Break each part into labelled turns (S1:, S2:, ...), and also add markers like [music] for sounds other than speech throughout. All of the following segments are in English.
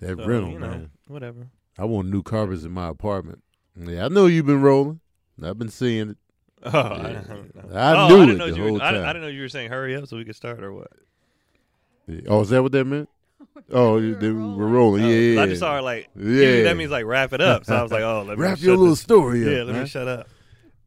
S1: That
S2: So,
S1: rental,
S2: you know,
S1: man.
S2: Whatever.
S1: I want new carpets in my apartment. Yeah, I know you've been rolling. I've been seeing it.
S2: [laughs] Oh, I
S1: Yeah.
S2: don't know.
S1: I
S2: Oh,
S1: knew
S2: didn't
S1: it
S2: know
S1: the
S2: you
S1: whole
S2: were, I,
S1: time.
S2: I didn't know you were saying hurry up so we could start or what.
S1: Yeah. Oh, is that what that [laughs] meant? Oh,
S3: We
S1: you-
S3: were
S1: they were
S3: rolling.
S1: rolling.
S2: Oh,
S1: Yeah, yeah.
S2: I just saw her like,
S1: Yeah.
S2: yeah. that means like wrap it up. So I was like, oh, let me
S1: Wrap
S2: shut
S1: your little
S2: this-
S1: story up.
S2: Yeah, let
S1: man.
S2: me shut up.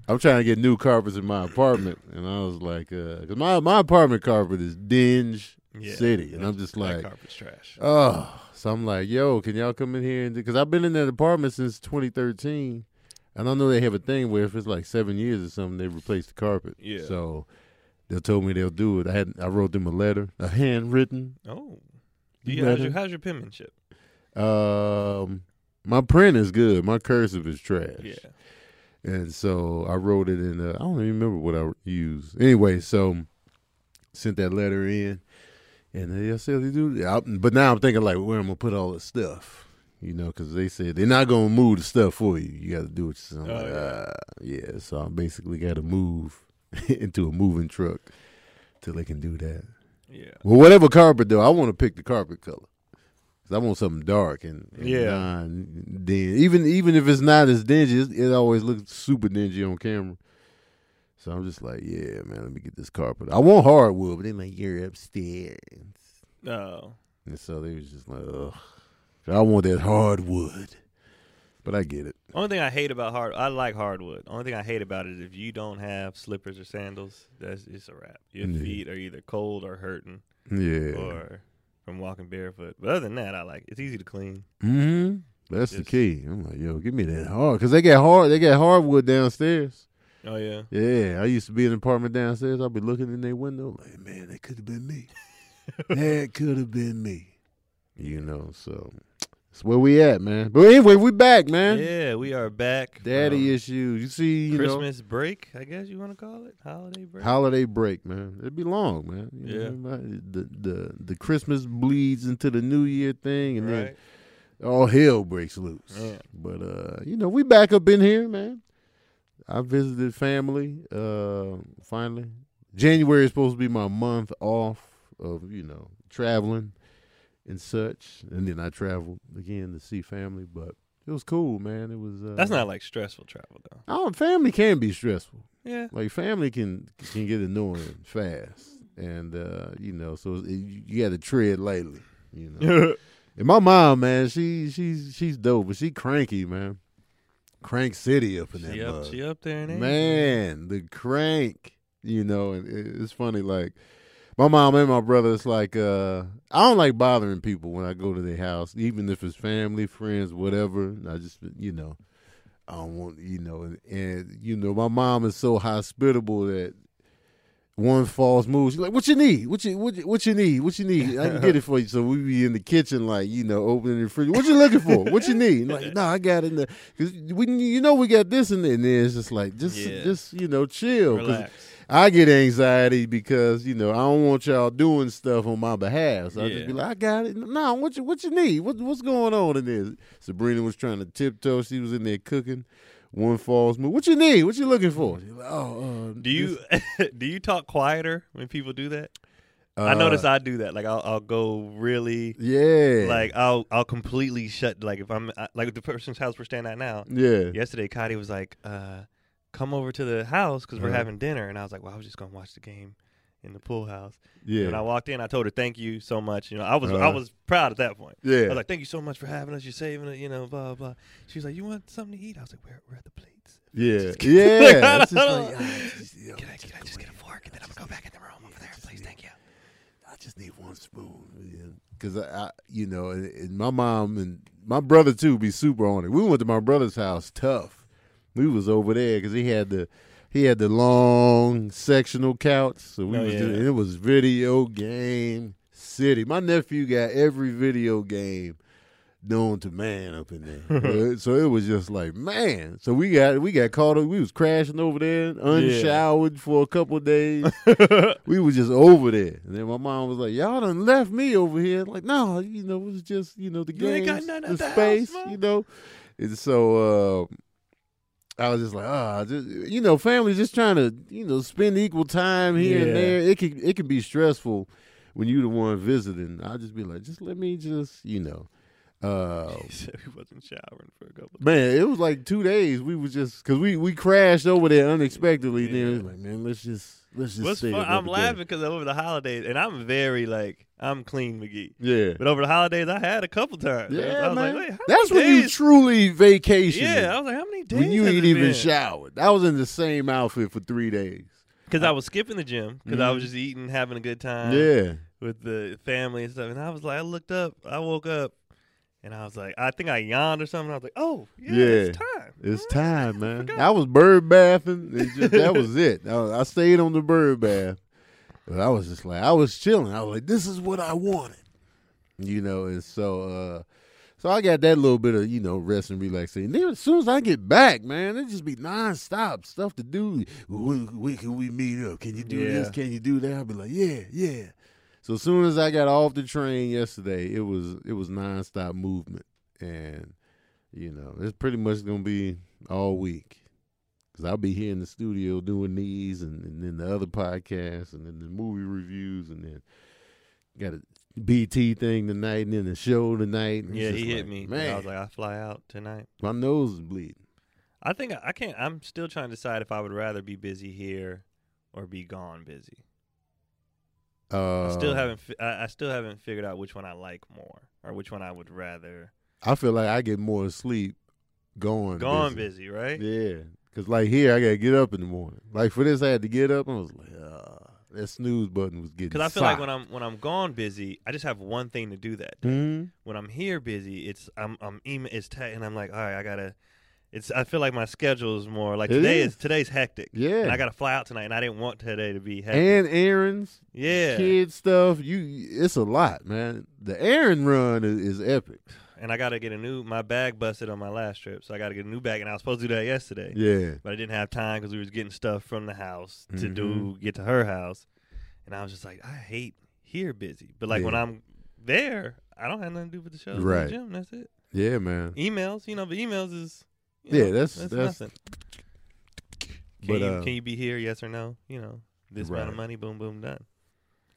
S1: I'm trying to get new carpets in my apartment, and I was like, uh 'cause my my apartment carpet is dinge
S2: Yeah,
S1: city, and
S2: that-
S1: I'm just
S2: that
S1: like,
S2: carpet's trash.
S1: oh. So I'm like, yo, can y'all come in here and because I've been in that apartment since 2013, and I know they have a thing where if it's like seven years or something, they replace the carpet.
S2: Yeah.
S1: So they told me they'll do it. I had I wrote them a letter, a handwritten.
S2: Oh,
S1: You
S2: yeah. How's
S1: better.
S2: your, how's your penmanship?
S1: Um, my print is good. My cursive is trash.
S2: Yeah.
S1: And so I wrote it in. Uh, I don't even remember what I used. Anyway, so sent that letter in, and they said they do. I, but now I'm thinking like, where am I gonna put all this stuff? You know, because they said they're not gonna move the stuff for you. You got to do it yourself. I'm
S2: Oh,
S1: like,
S2: yeah.
S1: "Ah, yeah. So I basically got to move [laughs] into a moving truck till they can do that.
S2: Yeah.
S1: Well, whatever carpet though, I want to pick the carpet color. 'Cause I want something dark and, and
S2: Yeah.
S1: non din- Even even if it's not as dingy, it, it always looks super dingy on camera. So I'm just like, yeah, man, let me get this carpet. I want hardwood, but they like you're upstairs,
S2: Oh,
S1: and so they was just like, ugh, I want that hardwood. But I get it.
S2: only thing I hate about hard, I like hardwood. Only thing I hate about it is if you don't have slippers or sandals, that's it's a wrap. Your
S1: Yeah.
S2: feet are either cold or hurting,
S1: Yeah.
S2: or from walking barefoot. But other than that, I like it. it's easy to clean.
S1: hmm That's the
S2: Yes.
S1: key. I'm like, yo, give me that hard, cause they got hard. They got hardwood downstairs.
S2: Oh yeah.
S1: Yeah, I used to be in an apartment downstairs. I'd be looking in their window, like, man, that could have been
S2: [laughs]
S1: me. that could have been me. You know, so that's where we at, man. But anyway, we back, man.
S2: Yeah, we are back.
S1: Daddy
S2: from
S1: issues. You see, you
S2: Christmas break, I guess you want to call it holiday
S1: know,
S2: break.
S1: holiday break, man. It'd be long, man. You know,
S2: Yeah.
S1: everybody- the the the Christmas bleeds into the New Year thing, and
S2: right?
S1: then all hell breaks loose.
S2: Man.
S1: But uh, you know, we back up in here, man. I visited family. Uh, finally, January is supposed to be my month off of you know traveling and such, and then I traveled again to see family. But it was cool, man. It was. Uh,
S2: That's not like stressful travel though.
S1: Oh, family can be stressful. [laughs]
S2: Yeah.
S1: Like family can can get annoying fast, and uh, you know, so it, you got to tread lightly. You know. And my mom, man, she she's she's dope, but she cranky, man. Crank City up in that
S2: she up,
S1: mug.
S2: she up there in age.
S1: man, the crank, you know, and it, it's funny. Like my mom and my brother, it's like uh, I don't like bothering people when I go to their house, even if it's family, friends, whatever. I just, you know, I don't want, you know, and, and you know, my mom is so hospitable that. One false move. She's like, "What you need? What you what you, what you need? What you need? I can get it for you." So we be in the kitchen, like you know, opening the fridge. What you looking for? What you need? Like, no, I got it. In the, Cause we, you know, we got this and then it's just like, just,
S2: Yeah.
S1: just you know, chill. 'Cause
S2: Relax.
S1: I get anxiety because you know I don't want y'all doing stuff on my behalf. So I just
S2: Yeah.
S1: be like, I got it. No, what you, what you need? What, what's going on in this? Sabrina was trying to tiptoe. She was in there cooking. One falls move. What you need? What you looking for? She's like, oh, uh,
S2: Do you
S1: this-
S2: [laughs] do you talk quieter when people do that? I notice
S1: uh,
S2: I do that. Like I'll, I'll go really
S1: yeah.
S2: like I'll I'll completely shut. Like if I'm I, like the person's house we're staying at now.
S1: Yeah.
S2: Yesterday, Cotty was like, uh, "Come over to the house because we're
S1: Uh-huh.
S2: having dinner," and I was like, "Well, I was just gonna watch the game in the pool house."
S1: Yeah.
S2: And I walked in, I told her, "Thank you so much." You know, I was I
S1: Uh-huh.
S2: was proud at that point.
S1: yeah.
S2: I was like, "Thank you so much for having us. You're saving it. You know, blah blah." She was like, "You want something to eat?" I was like, "We're we're at the plates. [laughs]
S1: yeah.
S2: Just-
S1: Yeah. It's just
S2: I don't-
S1: like, ah, just, you know,
S2: Can I can I just get a fork and then I'm gonna go back in the room over there, please? Thank you."
S1: I just need one spoon. Because I, I, you know, and, and my mom and my brother too be super on it. We went to my brother's house, tough. We was over there because he had the he had the long sectional couch, so we
S2: Oh,
S1: was
S2: yeah.
S1: doing, and it was video game city. My nephew got every video game known to man up in
S2: [laughs]
S1: there. Uh, so it was just like man. So we got we got caught up. We was crashing over there, unshowered for a couple of days. we was just over there, and then my mom was like, "Y'all done left me over here." Like, no, you know, it was just you know the
S2: You ain't
S1: games,
S2: got none at
S1: the
S2: the house,
S1: space,
S2: Mom.
S1: you know. And so uh, I was just like, ah, just you know, family just trying to you know spend equal time here
S2: Yeah.
S1: and there. It can it can be stressful when you the one visiting. I'll just be like, just let me just you know. Uh,
S2: [laughs] He said he wasn't showering for a couple.
S1: man, it was like two days. We was just because we we crashed over there unexpectedly. Then it was
S2: Yeah.
S1: like, man, let's just let's just.
S2: What's
S1: stay
S2: fun?
S1: another
S2: I'm
S1: day.
S2: laughing because over the holidays, and I'm very like I'm clean McGee.
S1: Yeah,
S2: But over the holidays, I had a couple times. I was-
S1: yeah,
S2: I was
S1: man.
S2: like, wait, how
S1: That's
S2: many
S1: when you
S2: days-
S1: truly vacation.
S2: Yeah, I was like, how many days?
S1: when you
S2: has
S1: ain't
S2: it
S1: even
S2: been?
S1: showered. I was in the same outfit for three days.
S2: Because I was skipping the gym because I was
S1: Mhm.
S2: just eating, having a good time
S1: yeah,
S2: with the family and stuff. And I was like, I looked up, I woke up, and I was like, I think I yawned or something. I was like, oh, yeah, it's time.
S1: It's
S2: Mm.
S1: time, man.
S2: forgot.
S1: I was bird bathing. It just- that was it. I, I stayed on the bird bath. But I was just like, I was chilling. I was like, this is what I wanted, you know. And so, uh, so I got that little bit of you know rest and relaxation. Then as soon as I get back, man, it just be nonstop stuff to do. When, when can we meet up? Can you do this?
S2: Yeah.
S1: Can you do that? I'll be like, yeah, yeah. So as soon as I got off the train yesterday, it was it was nonstop movement, and you know it's pretty much gonna be all week because I'll be here in the studio doing these, and, and then the other podcasts, and then the movie reviews, and then got a BT thing tonight, and then the show tonight. and it's
S2: Yeah,
S1: just
S2: he
S1: like,
S2: hit me. and
S1: Man,
S2: I was like, I fly out tonight.
S1: my nose is bleeding.
S2: I think I, I can't. I'm still trying to decide if I would rather be busy here or be gone busy.
S1: Uh,
S2: I still haven't. Fi- I, I still haven't figured out which one I like more or which one I would rather
S1: Uh, I feel like I get more sleep going
S2: gone busy. right?
S1: Yeah, because like here, I gotta get up in the morning. Like for this, I had to get up, and I was like, ah, that snooze button was getting.
S2: Because I feel like when I'm when I'm gone busy, I just have one thing to do that.
S1: I'm
S2: When I'm here busy, it's I'm I'm email it's ta- and I'm like, all right, I gotta. It's I feel like my schedule is more like
S1: It
S2: today
S1: is.
S2: is today's hectic.
S1: yeah,
S2: And I gotta fly out tonight, and I didn't want today to be hectic.
S1: and errands,
S2: yeah,
S1: kid stuff. You, it's a lot, man. The errand run is, is epic.
S2: and I gotta get a new my bag busted on my last trip, so I gotta get a new bag, and I was supposed to do that yesterday.
S1: Yeah,
S2: but I didn't have time because we was getting stuff from the house to
S1: Mhm.
S2: do get to her house, and I was just like, I hate here busy. But like when
S1: Yeah.
S2: I'm there, I don't have nothing to do with the show, and
S1: Right.
S2: The gym, that's it.
S1: yeah, man.
S2: Emails, you know, but emails is you
S1: Yeah,
S2: know,
S1: that's- that's-
S2: nothing. Can,
S1: But
S2: you,
S1: uh,
S2: can you be here? Yes or no? You know, this amount of
S1: Right.
S2: money, boom, boom, done.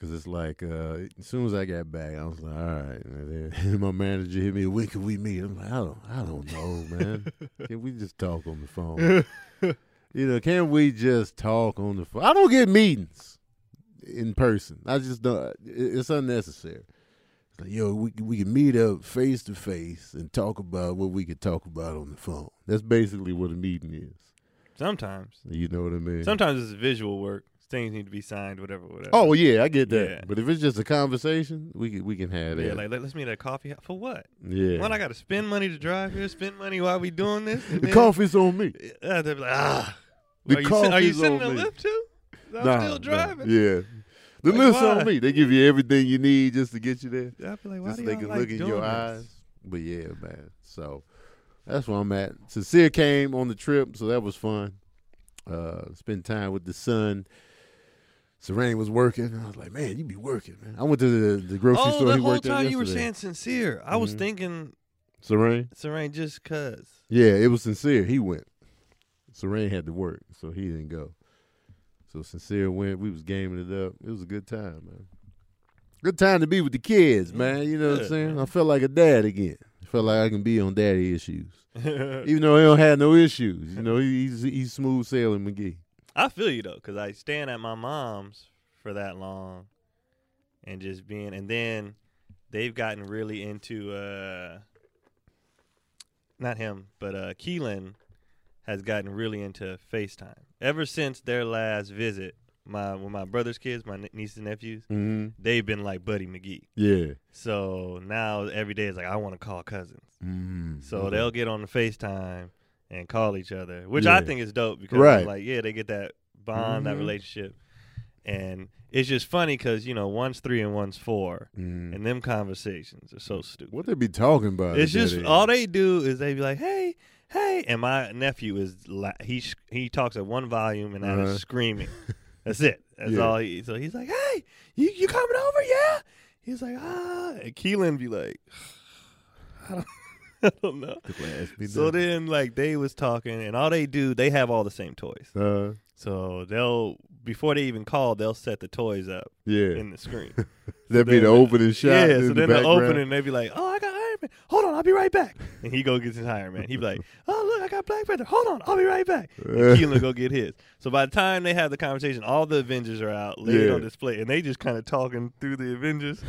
S1: Cause it's like uh, as soon as I got back, I was like, "All right." And then [laughs] my manager hit me. When can we meet? I'm like, "I don't, I don't know, man. can we just talk on the phone?
S2: [laughs]
S1: you know, can we just talk on the phone? I don't get meetings in person. I just don't. it- It's unnecessary. It's like, yo, we can- we can meet up face to face and talk about what we could talk about on the phone. That's basically what a meeting is.
S2: Sometimes,
S1: You know what I mean?
S2: sometimes it's visual work. Things need to be signed, whatever, whatever.
S1: Oh yeah, I get that.
S2: Yeah.
S1: But if it's just a conversation, we can we can have that.
S2: yeah, like let, us meet at a coffee house for what?
S1: yeah.
S2: When I got to spend money to drive here, spend money while we doing this. and
S1: [laughs] The
S2: then-
S1: coffee's on me.
S2: Uh, they'd be like, ah.
S1: The
S2: are you, sit- are you
S1: coffee's
S2: sitting in
S1: on
S2: the
S1: me.
S2: lift too?
S1: Nah,
S2: I'm
S1: nah,
S2: still driving.
S1: Yeah. The
S2: Like,
S1: lift's
S2: why?
S1: on me. They give you everything you need just to get you there.
S2: I'd be like, why
S1: Just
S2: do
S1: so they
S2: y'all
S1: can
S2: like
S1: look in
S2: doing
S1: your
S2: this?
S1: eyes. But yeah, man. So that's where I'm at. Sincere came on the trip, so that was fun. Uh spent time with the son. Serene was working. I was like, man, you be working, man. I went to the, the grocery
S2: Oh,
S1: store
S2: the
S1: he
S2: whole
S1: worked at
S2: time you were
S1: yesterday.
S2: saying sincere. I was
S1: Mhm.
S2: thinking
S1: Serene?
S2: Serene just cuz.
S1: [laughs] Yeah, it was sincere. He went. Serene had to work, so he didn't go. So sincere went. We was gaming it up. It was a good time, man. Good time to be with the kids, man. You know what I'm
S2: Good,
S1: saying?
S2: Mm, man.
S1: I felt like a dad again. I felt like I can be on daddy issues,
S2: I
S1: even though he don't have no issues. You know, he- he's he's smooth sailing McGee.
S2: feel you though, because I staying at my mom's for that long and just being and then they've gotten really into uh not him, but uh Keelan has gotten really into FaceTime. Ever since their last visit, my with my brother's kids, my nie- nieces and nephews,
S1: Mm-hmm.
S2: they've been like Buddy McGee.
S1: Yeah.
S2: So now every day is like I want to call cousins.
S1: mm
S2: So they'll get on the FaTime and call each other, which I
S1: Yeah.
S2: think is dope because
S1: Right.
S2: like yeah, they get that bond, that
S1: Mhm.
S2: relationship. and it's just funny because you know one's three and one's four,
S1: Mm.
S2: and them conversations are so stupid.
S1: What they be talking about?
S2: it's
S1: at that
S2: just
S1: age?
S2: all they do is they be like, "Hey, hey," and my nephew is la- he sh- he talks at one volume and that
S1: Uh-huh.
S2: is screaming.
S1: [laughs]
S2: That's it. That's
S1: Yeah.
S2: all. He, so he's like, "Hey, you you coming over? Yeah." He's like, "Ah," and Keelan be like, [sighs] "I don't, [laughs] I don't know."
S1: The glass be
S2: So
S1: done.
S2: then, like they was talking, and all they do, they have all the same toys.
S1: Uh,
S2: So they'll before they even call, they'll set the toys up
S1: yeah,
S2: in
S1: [laughs]
S2: the screen.
S1: that be
S2: then
S1: the
S2: the-
S1: opening shot.
S2: Yeah,
S1: in
S2: so then the
S1: background.
S2: opening, they be like, "Oh, I got Iron Man. Hold on, I'll be right back." And he go gets his Iron Man. He be like, "Oh, look, I got Black Panther. Hold on, I'll be right back." And
S1: [laughs] Uh.
S2: Keelan go get his. So by the time they have the conversation, all the Avengers are out laid
S1: Yeah.
S2: on display, and they just kind of talking through
S1: [laughs]
S2: the Avengers.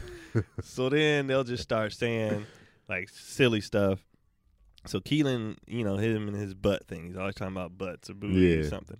S2: so then they'll just start saying like silly stuff. So Keelan, you know him and his butt thing. He's always talking about butts or booty or
S1: Yeah.
S2: something.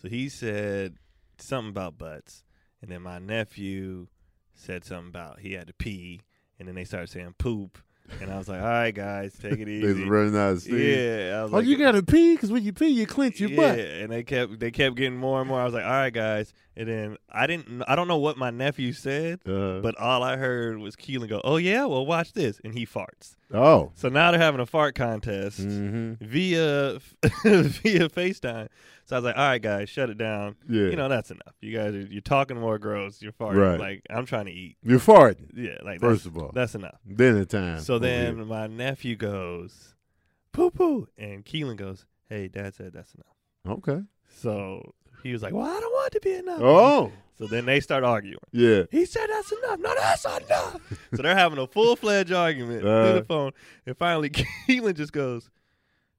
S2: So he said something about butts, and then my nephew said something about he had to pee, and then they started saying poop, and I was like, "All right, guys, take
S1: [laughs]
S2: it
S1: They
S2: easy."
S1: running out of steam.
S2: yeah, I was
S1: Oh,
S2: like,
S1: you gotta pee because when you pee, you clench your
S2: yeah,
S1: butt.
S2: and they kept they kept getting more and more. I was like, "All right, guys," and then I didn't kn- I don't know what my nephew said,
S1: Uh,
S2: but all I heard was Keelan go, "Oh yeah, well watch this," and he farts.
S1: oh,
S2: So now they're having a fart contest
S1: hmm
S2: via [laughs] via FaceTime. So I was like, "All right, guys, shut it down."
S1: yeah,
S2: You know that's enough. You guys are you're talking more gross. You're farting.
S1: Right.
S2: Like I'm trying to eat.
S1: you're farting.
S2: Yeah, like that's-
S1: First of all,
S2: that's enough.
S1: then the time.
S2: So
S1: over
S2: then
S1: here.
S2: my nephew goes, poo poo. And Keelan goes, hey, dad said that's enough. [laughs]
S1: okay.
S2: So he was like, well, I don't want it to be enough.
S1: Oh,
S2: So then they start arguing.
S1: yeah.
S2: He said that's enough. No, that's not enough. so they're having a full fledged argument
S1: Uh.
S2: through the phone. And finally, [laughs] Keelan just goes,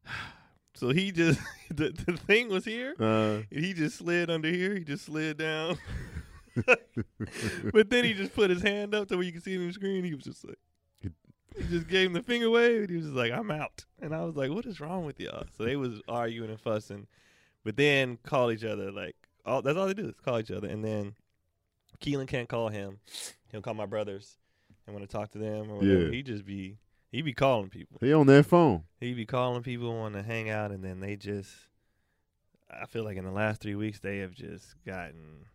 S2: [sighs] so he just, [laughs] the, the thing was here.
S1: Uh, [laughs]
S2: And he just slid under here. He just slid down. [laughs] but then he just put his hand up to where you can see it on the screen. He was just like, he just gave him the finger wave, and he was just like, "I'm out." And I was like, "What is wrong with y'all?" So they was arguing and fussing, but then call each other. Like, all that's all they do is call each other. And then Keelan can't call him. He'll call my brothers, and when I talk to them or whatever,
S1: Yeah.
S2: he just be he be calling people.
S1: he on that phone.
S2: He be calling people want to hang out, and then they just. I feel like in the last three weeks they have just gotten.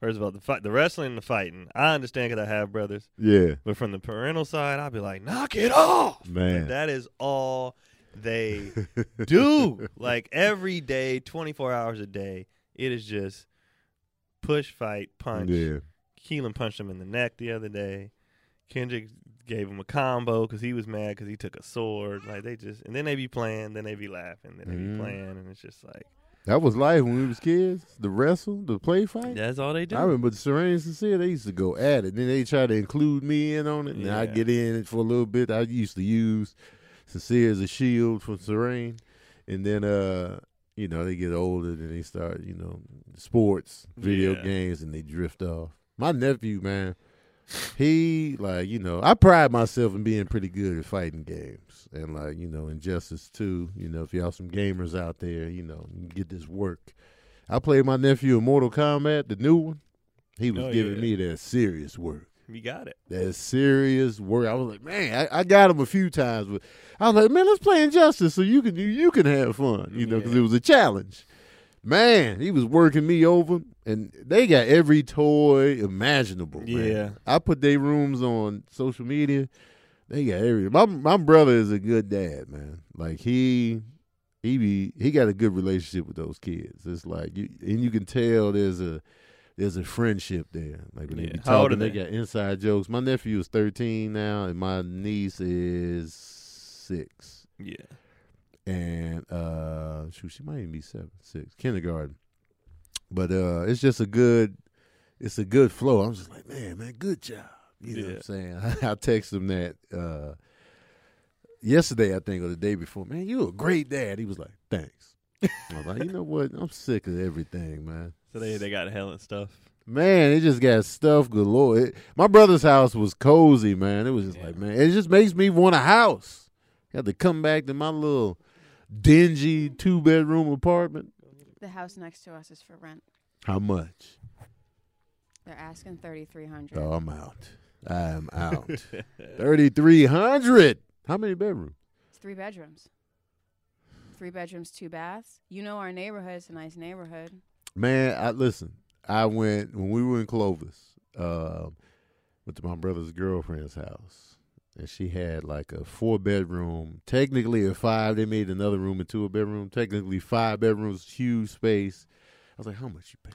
S2: First of all, the fight, the wrestling, and the fighting. I understand because I have brothers,
S1: Yeah,
S2: but from the parental side, I'll be like, knock it off. But
S1: man.
S2: that is all they
S1: [laughs]
S2: do. like every day, twenty four hours a day, it is just push, fight, punch.
S1: Yeah.
S2: Keelan punched him in the neck the other day. Kendrick gave him a combo because he was mad because he took a sword. Like they just and then they be playing, then they be laughing, then they
S1: Mm.
S2: be playing, and it's just like
S1: That was life when we was kids. The wrestle, the play fight.
S2: that's all they do.
S1: I remember Serene and Sincere, they used to go at it. Then they tried to include me in on it, and I'd
S2: Yeah.
S1: get in it for a little bit. I used to use Sincere as a shield for Serene. And then, uh, you know, they get older and they start, you know, sports, video
S2: Yeah.
S1: games, and they drift off. My nephew, man, he, like, you know, I pride myself in being pretty good at fighting games. And, like, you know, Injustice 2, you know, if y'all some gamers out there, you know, you can get this work. I played my nephew in Mortal Kombat, the new one. He was
S2: Oh,
S1: giving
S2: yeah.
S1: me that serious work.
S2: we got it.
S1: That serious work. I was like, man, I, I got him a few times, but I was like, man, let's play Injustice so you can you, you can have fun, you know, because
S2: Yeah.
S1: it was a challenge. Man, he was working me over, and they got every toy imaginable. man.
S2: Yeah.
S1: I put their rooms on social media. They got every. My my brother is a good dad, man. Like he he be he got a good relationship with those kids. It's like you and you can tell there's a there's a friendship there. Like when they
S2: Yeah.
S1: be
S2: How old
S1: talking,
S2: are
S1: they? got inside jokes. My nephew is 13 now, and my niece is six,
S2: Yeah.
S1: and uh, shoot, she might even be seven, six, kindergarten. But uh, it's just a good it's a good flow. I'm just like, man, man, good job. You know what
S2: Yeah.
S1: I'm saying? [laughs] I text him that uh, yesterday, I think, or the day before. Man, you a great dad. He was like, thanks. I was like, you know what? I'm sick of everything, man.
S2: So they they got hella stuff.
S1: Man, it just got stuff galore. It, my brother's house was cozy, man. It was just
S2: Yeah.
S1: like, man, it just makes me want a house. Got to come back to my little dingy two bedroom apartment.
S3: The house next to us is for rent.
S1: How much?
S3: They're asking thirty three hundred.
S1: Oh, I'm out. I am out. [laughs]
S2: [laughs]
S1: Thirty three hundred. How many bedrooms?
S3: It's three bedrooms. Three bedrooms, two baths. You know our neighborhood's a nice neighborhood.
S1: Man, I listen. I went when we were in Clovis. Um, went to my brother's girlfriend's house, and she had like a four bedroom, technically a five. They made another room into a bedroom, technically five bedrooms, huge space. I was like, "How much you paying?"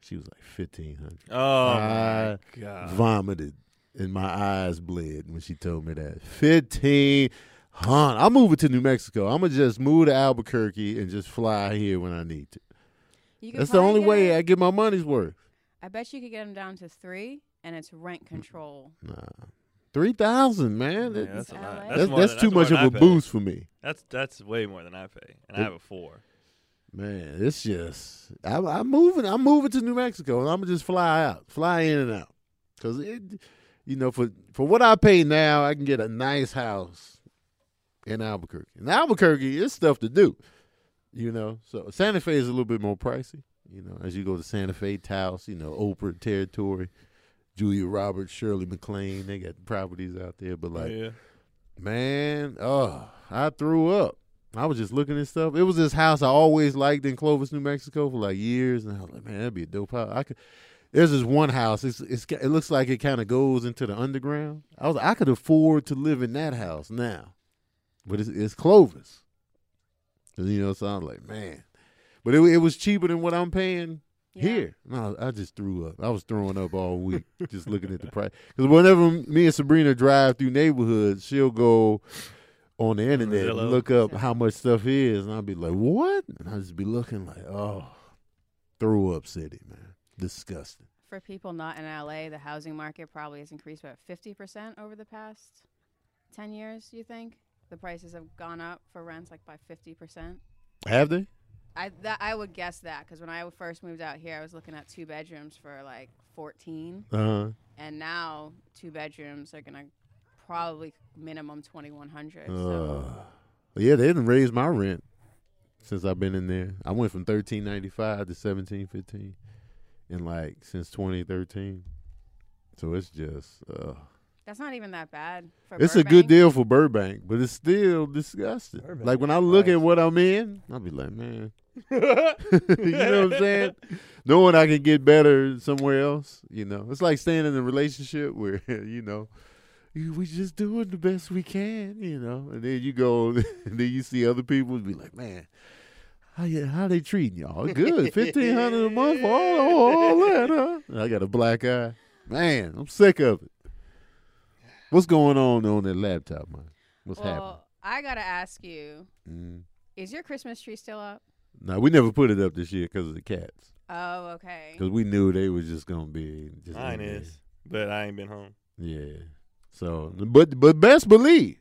S1: She was like, 1500
S2: Oh
S1: I
S2: my god.
S1: vomited and my eyes bled when she told me that. Fifteen hundred. I'm moving to New Mexico. I'm gonna just move to Albuquerque and just fly here when I need to.
S3: You could
S1: That's the
S3: probably
S1: only
S3: get
S1: way
S3: it-
S1: I get my money's worth.
S3: I bet you could get them down to three, and it's
S1: Mm.
S3: rent control.
S1: Nah, three thousand, man.
S2: Yeah,
S1: That- that's
S2: that's a lot.
S3: That's-
S1: that's,
S2: more than-
S1: too
S2: more
S1: much
S2: than
S1: of
S2: I
S1: a
S2: pay.
S1: boost for me,
S2: That's that's way more than I pay, and I
S1: It-
S2: have a four.
S1: man. It's just I'm, I'm moving. I'm moving to New Mexico, and I'm gonna just fly out, fly in and out, because it, you know, for for what I pay now, I can get a nice house in Albuquerque. In Albuquerque, it's stuff to do, you know. So Santa Fe is a little bit more pricey, you know. As you go to Santa Fe, Taos, you know, Oprah territory, Julia Roberts, Shirley MacLaine, they got properties out there, but like.
S2: yeah.
S1: Man, oh, I threw up. I was just looking at stuff. It was this house I always liked in Clovis, New Mexico for like years, and I was like, man, that'd be a dope house. I could. There's this one house. It's, it's got- it looks like it kind of goes into the underground. I was like, I could afford to live in that house now, but it's, it's Clovis. And, you know, so I'm like, man, but it it was cheaper than what I'm paying
S3: Yeah.
S1: here. No, I just threw up. I was throwing up all week just looking at the price. Because whenever me and Sabrina drive through neighborhoods, she'll go on the internet
S2: Zillow.
S1: and look up how much stuff is, and I'll be like, "What?" And I'll just be looking like, "Oh, threw up city, man, disgusting."
S3: For people not in LA, the housing market probably has increased about 50% over the past 10 years, you think? The prices have gone up for rents like by 50%.
S1: Have they?
S3: I that I would guess that because when I first moved out here, I was looking at two bedrooms for like 14,
S1: Uh huh.
S3: and now two bedrooms are gonna probably minimum 2100. so
S1: Uh, yeah, they didn't raise my rent since I've been in there. I went from thirteen ninety five to seventeen fifteen, and like since twenty thirteen. So it's just uh,
S3: that's not even that bad. For
S1: it's a good
S3: Burbank.
S1: deal for Burbank, but it's still disgusting.
S2: Burbank
S1: like when I
S2: is
S1: look at
S2: nice.
S1: what I'm in, I'll be like,
S2: [laughs]
S1: man, [laughs] you know what I'm saying? Knowing I can get better somewhere else, you know, it's like staying in a relationship where [laughs] you know you- we just doing the best we can, you know, and then you go, [laughs] and then you see other people and be like, man. How, you, how they treating y'all? Good, fifteen hundred a month for all, all that, huh? And I got a black eye, man. I'm sick of it. What's going on on that laptop, man? What's happening?
S3: Well, I gotta ask you:
S1: Mm.
S3: Is your Christmas tree still up?
S1: No, we never put it up this year because of the cats.
S3: Oh, okay.
S1: Because we knew they was just gonna be just
S2: Mine is, but I ain't been home.
S1: Yeah. So, but but best believe,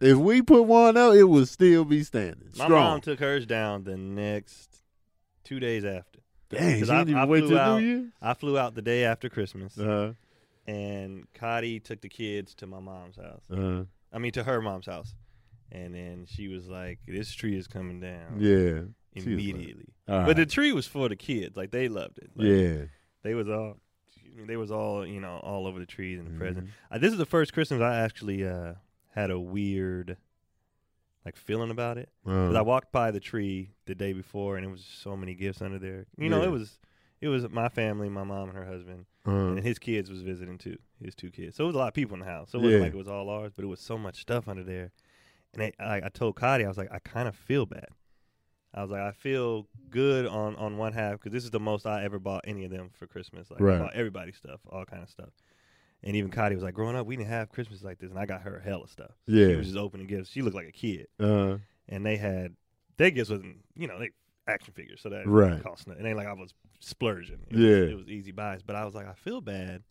S1: if we put one up, it would still be standing
S2: My
S1: strong.
S2: mom took hers down the next two days after.
S1: Dang, she
S2: 'cause
S1: didn't
S2: I-
S1: even
S2: I
S1: wait
S2: flew
S1: till
S2: out-
S1: New Year.
S2: I flew out the day after Christmas,
S1: Uh
S2: and Cotty took the kids to my mom's house.
S1: uh.
S2: I mean, to her mom's house, and then she was like, "This tree is coming down
S1: Yeah. she was like,
S2: immediately."
S1: all
S2: But the
S1: right,
S2: tree was for the kids; like they loved it. Like,
S1: Uh-huh. yeah.
S2: they was all, excuse me, they was all you know all over the trees and the presents.
S1: Mhm.
S2: Uh, this is the first Christmas I actually uh, had a weird like feeling about it. But I
S1: Uh,
S2: walked by the tree the day before, and it was so many gifts under there. You know,
S1: Yeah.
S2: it was it was my family, my mom and her husband,
S1: uh,
S2: and his kids was visiting too. His two kids, so it was a lot of people in the house. So it wasn't
S1: Yeah.
S2: like it was all ours, but it was so much stuff under there. And I, I, I told Cotty, I was like, I kind of feel bad. I was like, I feel good on on one half because this is the most I ever bought any of them for Christmas. Like,
S1: Right.
S2: I bought everybody's stuff, all kind of stuff. And even Cotty was like, growing up, we didn't have Christmas like this, and I got her hella stuff. She
S1: yeah.
S2: was just opening gifts. She looked like a kid
S1: Uh,
S2: and they had their gifts wasn't you know they action figures so that
S1: Right.
S2: cost nothing. It ain't like I was splurging. It
S1: Yeah.
S2: was, it was easy buys, but I was like I feel bad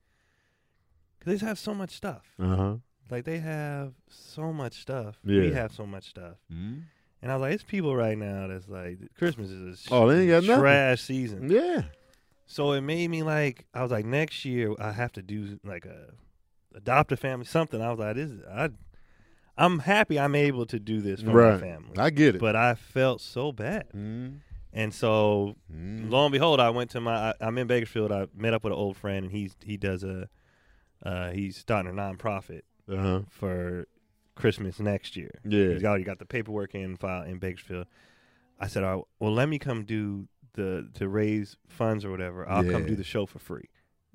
S2: because they just have so much stuff.
S1: uh huh.
S2: Like they have so much stuff. We
S1: Yeah.
S2: have so much stuff, and I was like, it's people right now that's like Christmas is a sh-
S1: Oh, they ain't got nothing.
S2: trash season.
S1: Yeah.
S2: So it made me like I was like next year I have to do like a adopt a family something. I was like this I I'm happy I'm able to do this for my
S1: Right.
S2: family.
S1: I get it.
S2: But I felt so bad.
S1: mm
S2: And so,
S1: mm.
S2: lo and behold, I went to my. I, I'm in Bakersfield. I met up with an old friend, and he's he does a. Uh, he's starting a nonprofit
S1: Uh huh.
S2: for Christmas next year.
S1: Yeah.
S2: He's already got the paperwork in file in Bakersfield. I said, All right, "Well, let me come do the to raise funds or whatever, I'll come
S1: Yeah.
S2: do the show for free.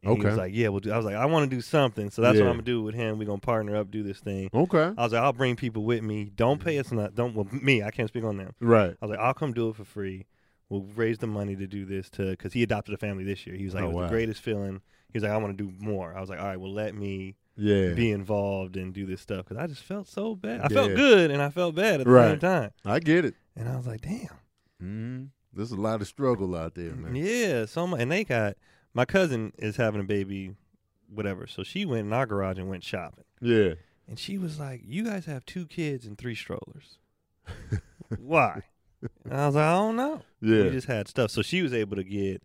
S2: And he was
S1: Okay.
S2: like, yeah, we'll do. I was like, I want to do something, so that's
S1: Yeah.
S2: what I'm gonna do with him. We're gonna partner up, do this thing.
S1: Okay.
S2: I was like, I'll bring people with me.
S1: Mm.
S2: Don't pay us not. Don't well, me. I can't speak on them.
S1: Right.
S2: I was like, I'll come do it for free. We'll raise the money to do this to because he adopted a family this year. He was like,
S1: Oh,
S2: it was
S1: wow.
S2: the greatest feeling. He was like, I want to do more. I was like, all right, well, let me
S1: Yeah.
S2: be involved and do this stuff because I just felt so bad. I felt
S1: Yeah.
S2: good and I felt bad at the
S1: Right.
S2: same time.
S1: I get it.
S2: And I was like, damn,
S1: Mm-hmm. There's a lot of struggle out there, man.
S2: yeah. So my, and they got my cousin is having a baby, whatever. So she went in our garage and went shopping.
S1: Yeah. [laughs]
S2: And she was like, "You guys have two kids and three strollers.
S1: [laughs]
S2: Why?" And I was like, "I don't know. We
S1: Yeah.
S2: just had stuff." So she was able to get.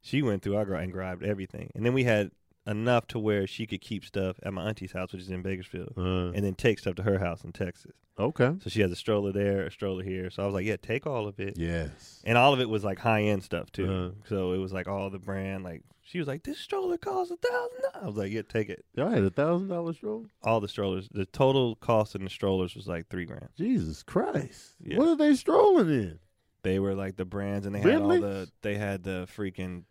S2: She went through our garage and grabbed everything, and then we had enough to where she could keep stuff at my auntie's house, which is in Bakersfield,
S1: Uh,
S2: and then take stuff to her house in Texas.
S1: okay.
S2: So she has a stroller there, a stroller here. So I was like, "Yeah, take all of it."
S1: Yes.
S2: And all of it was like high end stuff too.
S1: Uh-huh.
S2: So it was like all the brand. Like she was like, "This stroller costs a thousand dollars." I was like, "Yeah, take it."
S1: Y'all had a thousand dollar stroll.
S2: All the strollers. The total cost in the strollers was like three grand.
S1: Jesus Christ.
S2: Yeah.
S1: What are they strolling in?
S2: They were like the brands, and they
S1: Really?
S2: had all the they had the freaking,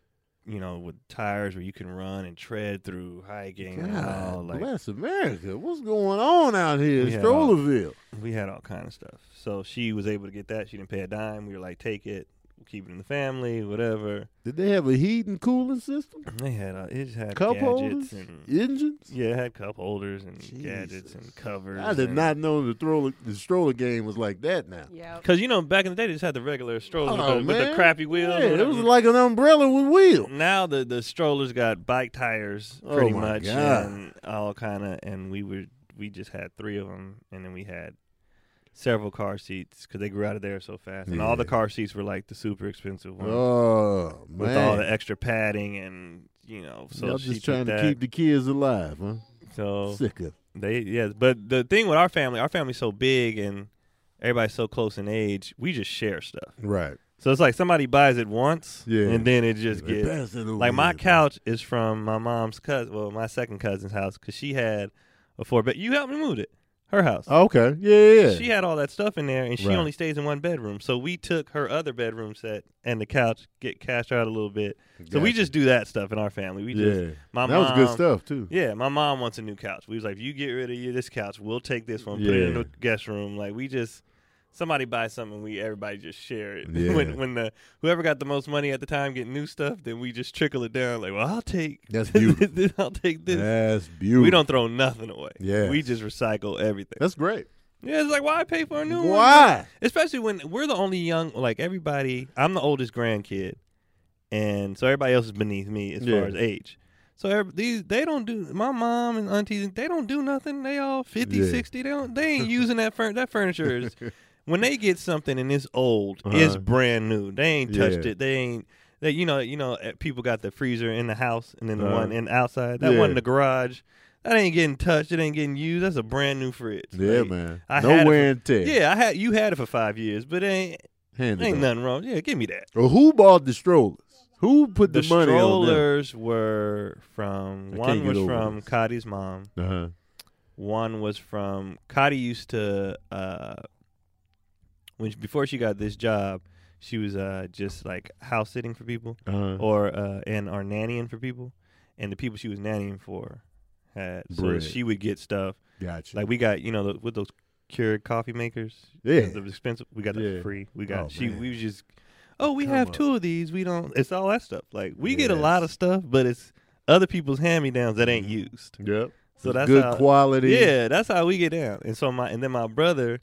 S2: you know, with tires where you can run and tread through hiking. and
S1: God
S2: all, like
S1: bless America. What's going on out here in
S2: Yeah.
S1: Strollerville?
S2: we had all kind of stuff. So she was able to get that. She didn't pay a dime. We were like, take it, keep it in the family, whatever.
S1: Did they have a heat and cooling system?
S2: They had uh, it just had
S1: Cup
S2: gadgets
S1: holders?
S2: and
S1: Engines?
S2: yeah, it had cup holders and gadgets
S1: Jesus.
S2: and covers.
S1: I did
S2: and-
S1: not know the stroller, the stroller game was like that now.
S3: Yep.
S2: Cause you know, back in the day, they just had the regular strollers
S1: Oh,
S2: with, the, with the
S1: man.
S2: crappy wheels.
S1: Yeah,
S2: or
S1: it
S2: whatever.
S1: was like an umbrella with wheels.
S2: now the the strollers got bike tires
S1: Oh
S2: pretty
S1: my
S2: much
S1: God.
S2: and all kind of and we were we just had three of them and then we had several car seats because they grew out of there so fast and all the
S1: Yeah.
S2: car seats were like the super expensive ones
S1: Oh man!
S2: Mm. with all the extra padding and you know so
S1: Y'all
S2: she
S1: just
S2: took
S1: trying to
S2: that. Oh.
S1: keep the kids alive, huh?
S2: so
S1: Sick of.
S2: they yes but the thing with our family our family's so big and everybody's so close in age we just share stuff
S1: Right.
S2: so it's like somebody buys it once
S1: Yeah.
S2: and then it just
S1: They
S2: gets
S1: pass it over
S2: like my
S1: there.
S2: couch is from my mom's cousin, well, my second cousin's house, because she had a four bed. You helped me move it, her house.
S1: Okay. Yeah. Oh, yeah.
S2: She had all that stuff in there, and she
S1: Right.
S2: only stays in one bedroom. So we took her other bedroom set and the couch, get cashed out a little bit. So we
S1: Gotcha.
S2: just do that stuff in our family. We just
S1: yeah.
S2: my
S1: that was good
S2: mom-
S1: stuff too.
S2: yeah, my mom wants a new couch. We was like, if you get rid of your this couch, we'll take this one, put it in
S1: Yeah.
S2: the guest room. Like we just somebody buys something, we everybody just share it. [laughs]
S1: Yeah.
S2: when when the whoever got the most money at the time get new stuff, then we just trickle it down. Like, well, I'll take
S1: That's beautiful.
S2: [laughs] this, I'll take this.
S1: That's beautiful.
S2: We don't throw nothing away.
S1: Yes.
S2: we just recycle everything.
S1: That's great.
S2: yeah, it's like why pay for a new one?
S1: Why?
S2: Especially when we're the only young. Like everybody, I'm the oldest grandkid, and so everybody else is beneath me as
S1: Yeah.
S2: far as age. So every, these they don't do my mom and aunties they don't do nothing. They all 50,
S1: Yeah.
S2: 60. They don't they ain't using that furn that
S1: [laughs]
S2: furniture is when they get something and it's old, it's
S1: Uh-huh.
S2: brand new. They ain't touched
S1: Yeah.
S2: it. They ain't that you know, you know eh, people got the freezer in the house and then the
S1: Uh-huh.
S2: one in outside. That one
S1: Yeah.
S2: in the garage. That ain't getting touched. It ain't getting used. That's a brand new fridge.
S1: Yeah,
S2: Like,
S1: man.
S2: I
S1: no
S2: had it for-
S1: wear and tear.
S2: Yeah, I had you had it for five years, but it ain't
S1: Hand it
S2: ain't
S1: off.
S2: nothing wrong. Yeah, give me that.
S1: Or who bought the strollers? Who put the,
S2: the
S1: money
S2: strollers were from
S1: I
S2: one
S1: can't get
S2: was
S1: over
S2: from
S1: this.
S2: Cotty's mom,
S1: on them? Uh-huh.
S2: one was from Cotty used to uh when she- before she got this job, she was uh just like house sitting for people
S1: Uh-huh.
S2: or uh and or nannying for people, and the people she was nannying for had
S1: Bread.
S2: so she would get stuff
S1: Gotcha.
S2: like we got you know the, with those Keurig coffee makers
S1: yeah.
S2: the expensive we got that
S1: Yeah.
S2: free we got
S1: Oh,
S2: she
S1: man.
S2: we was just oh we
S1: Come
S2: have
S1: on.
S2: two of these we don't it's all that stuff like we get a
S1: Yes.
S2: lot of stuff but it's other people's hand me downs that ain't
S1: Mhm.
S2: used
S1: Yep.
S2: so that's
S1: good
S2: how,
S1: quality.
S2: yeah that's how we get down and so my and then my brother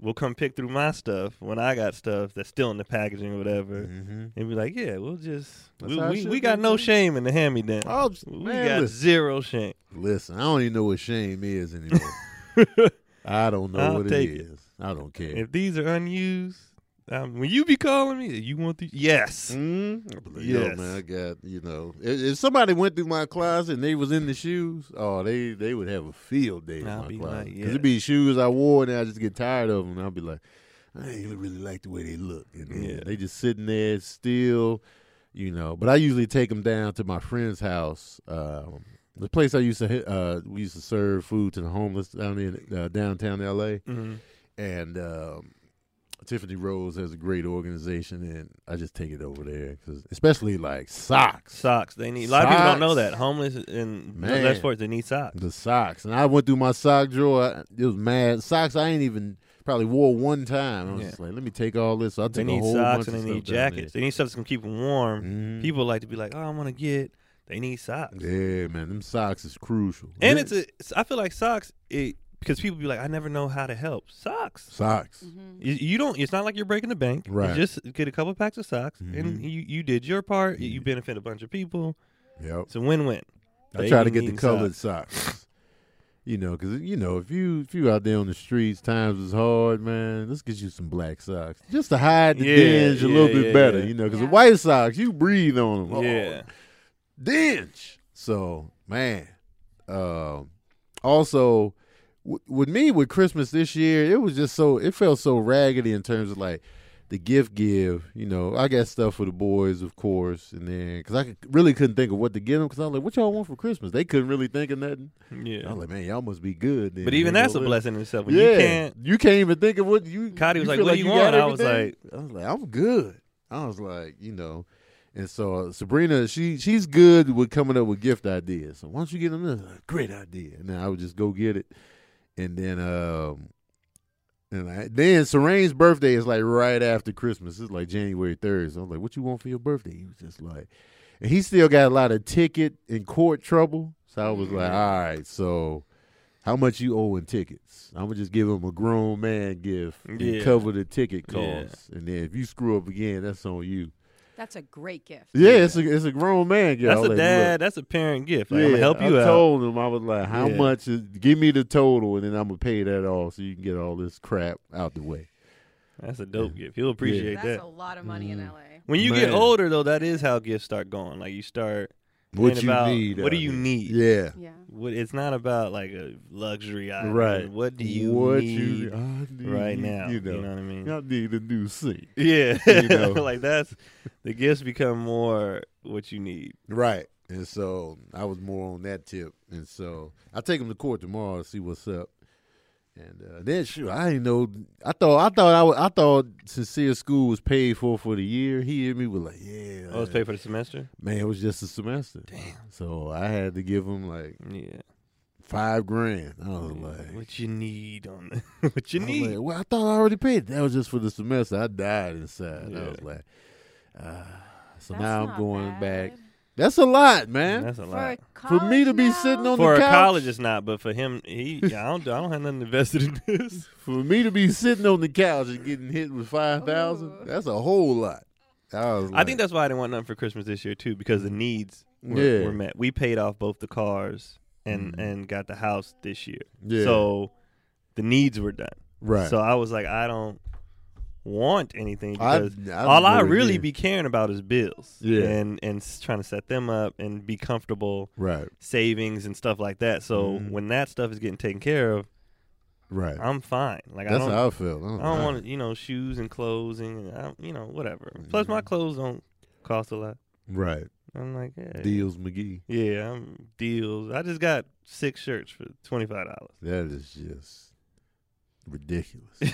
S2: will come pick through my stuff when I got stuff that's still in the packaging or whatever
S1: Mm-hmm.
S2: and be like yeah we'll just
S1: That's
S2: we,
S1: how it
S2: we,
S1: should
S2: we
S1: be,
S2: got no
S1: man.
S2: shame in the hand me down
S1: Oh,
S2: we
S1: man,
S2: got
S1: listen. [laughs]
S2: zero shame
S1: Listen, I don't even know what shame is
S2: [laughs]
S1: anymore. I don't know
S2: I'll
S1: what
S2: take
S1: it
S2: it.
S1: is. I don't care.
S2: if these are unused um, when you be calling me you want these yes
S1: Mm, I believe, yo,
S2: Yes.
S1: man, I got you know. If, if somebody went through my closet and they was in the shoes, oh, they they would have a field day in
S2: I'll
S1: my
S2: be
S1: closet.
S2: like,
S1: Cause
S2: yeah.
S1: it'd be shoes I wore and I just get tired of them. And I'll be like, I ain't really like the way they look. And then
S2: Yeah.
S1: they just sitting there still, you know. But I usually take them down to my friend's house. Um, the place I used to hit- uh, we used to
S2: Mm-hmm.
S1: serve food to the homeless down in uh, downtown L.A.
S2: Mhm.
S1: and um, Tiffany Rose has a great organization, and I just take it over there because, especially like socks,
S2: Socks. They need. A lot of people don't know
S1: Socks.
S2: that homeless and
S1: Man.
S2: that's for it. They need socks.
S1: the socks. And I went through my sock drawer. I- It was mad socks. I ain't even probably wore one time. I was
S2: Yeah.
S1: just like, let me take all this. So I took
S2: They
S1: a
S2: need
S1: whole
S2: socks
S1: bunch
S2: and
S1: of
S2: they need
S1: stuff down there.
S2: jackets. They need stuff that's gonna keep them warm.
S1: Mhm.
S2: People like to be like, "Oh, I want to get." They need socks.
S1: Yeah, man, them socks is crucial.
S2: And it's a. it's- I feel like socks. It because people be like, "I never know how to help." Socks.
S1: socks.
S3: Mm-hmm.
S2: You, you don't. It's not like you're breaking the bank. You
S1: Right.
S2: just get a couple packs of socks, and
S1: Mhm.
S2: you you did your part. You- You
S1: Mhm.
S2: benefit a bunch of people.
S1: Yep.
S2: It's a win-win.
S1: I
S2: They
S1: try to
S2: be
S1: get the
S2: needing
S1: colored
S2: socks.
S1: socks. You know, because you know, if you if you out there on the streets, times is hard, man. Let's get you some black socks just to hide the
S2: Yeah,
S1: dinge a
S2: yeah,
S1: little bit
S2: yeah,
S1: better.
S2: yeah.
S1: You know, because
S3: Yeah.
S1: the white socks, you breathe on them.
S2: Yeah.
S1: dinge. So man, um, also w- with me with Christmas this year, it was just so it felt so raggedy in terms of like the gift give. You know, I got stuff for the boys, of course, and then because I could- really couldn't think of what to get them because I was like, what y'all want for Christmas? They couldn't really think of nothing. Oh. I
S2: Yeah.
S1: was like, man, y'all must be good. Then.
S2: But even
S1: They
S2: that's a
S1: gonna-
S2: blessing in itself. When
S1: Yeah,
S2: you can't.
S1: even think of what you.
S2: Cotty was like,
S1: feel
S2: "What do you
S1: got
S2: want?" I was
S1: everything? I was like, I'm good. I was like, you know, and so uh, Sabrina, she she's good with coming up with gift ideas. So why don't you get them this? Like, Great idea. And then I would just go get it, and then um, and I, then Serene's birthday is like right after Christmas. It's like January third. So I was like, what you want for your birthday? He was just like, and he still got a lot of ticket and court trouble. So I was like,
S2: Mm-hmm.
S1: all right, so how much you owe in tickets? I'm gonna just give him a grown man gift and
S2: Yeah.
S1: cover the ticket
S2: Yeah.
S1: costs. And then if you screw up again, that's on you.
S3: That's a great gift.
S1: Yeah, it's a it's a grown man gift. I
S2: That's
S1: was
S2: a
S1: like,
S2: dad.
S1: look,
S2: That's a parent gift. Like, I'm gonna help
S1: I
S2: you out.
S1: told him I was like, how
S2: Yeah.
S1: much? Is, give me the total, and then I'm gonna pay that off so you can get all this crap out the way.
S2: That's a dope gift. He'll appreciate
S3: That's
S2: that.
S3: a lot of money in
S1: Mhm.
S3: LA.
S2: When you get
S1: Man.
S2: older, though, that is how gifts start going. Like you start
S1: What
S2: Thinking
S1: you
S2: about
S1: need?
S2: what do
S1: out
S2: you
S1: of it.
S2: need?
S1: Yeah,
S3: Yeah.
S2: What it's not about like a luxury item.
S1: Right.
S2: What do you
S1: what
S2: need
S1: [laughs] you I need,
S2: right now?
S1: You know,
S2: what I mean?
S1: I need a new seat.
S2: Yeah.
S1: You know.
S2: [laughs] like that's the gifts become more what you need.
S1: Right. And so I was more on that tip. And so I take him to court tomorrow to see what's up. And uh, then shoot, I didn't know. I thought I thought I, was, I thought sincere school was paid for for the year. He hit me with like, yeah,
S2: Oh, it's paid for the semester.
S1: man, it was just a semester. Damn. So I had to give him like
S2: Yeah.
S1: five grand. I was like,
S2: what you need on the, [laughs] what you
S1: I was
S2: need.
S1: like, well, I thought I already paid. That was just for the semester. I died inside. I
S2: Yeah.
S1: was like, ah. so
S3: That's
S1: now I'm
S3: not
S1: going
S3: bad.
S1: back. That's a lot, man.
S2: That's a
S3: For, a
S2: lot.
S1: For me
S3: college
S1: to be
S3: now?
S1: sitting on
S2: For
S1: the
S2: a
S1: couch,
S2: college, it's not, but for him, he I don't I don't have nothing invested in this.
S1: for me to be sitting on the couch and getting hit with five thousand,
S3: Ooh.
S1: that's a whole lot. I, was
S2: I think
S1: like,
S2: that's why I didn't want nothing for Christmas this year too, because the needs were,
S1: Yeah.
S2: were met. We paid off both the cars and
S1: Mhm.
S2: and got the house this year,
S1: yeah,
S2: so the needs were done.
S1: right.
S2: So I was like, I don't want anything
S1: I-
S2: because
S1: I
S2: all I
S1: know it
S2: really
S1: is.
S2: be caring about is bills,
S1: Yeah.
S2: and and s- trying to set them up and be comfortable
S1: right,
S2: savings and stuff like that. So
S1: Mhm.
S2: when that stuff is getting taken care of,
S1: right.
S2: I'm fine. Like I
S1: that's
S2: don't.
S1: how I felt. I, was
S2: I don't
S1: like,
S2: want to, you know, shoes and clothes and I, don't- you know, whatever. Plus, my
S1: Mhm.
S2: clothes don't cost a lot.
S1: [laughs] right.
S2: I'm like, yeah,
S1: Deals McGee.
S2: yeah, I'm deals. I just got six shirts for twenty five dollars. [laughs]
S1: That is just ridiculous. [laughs]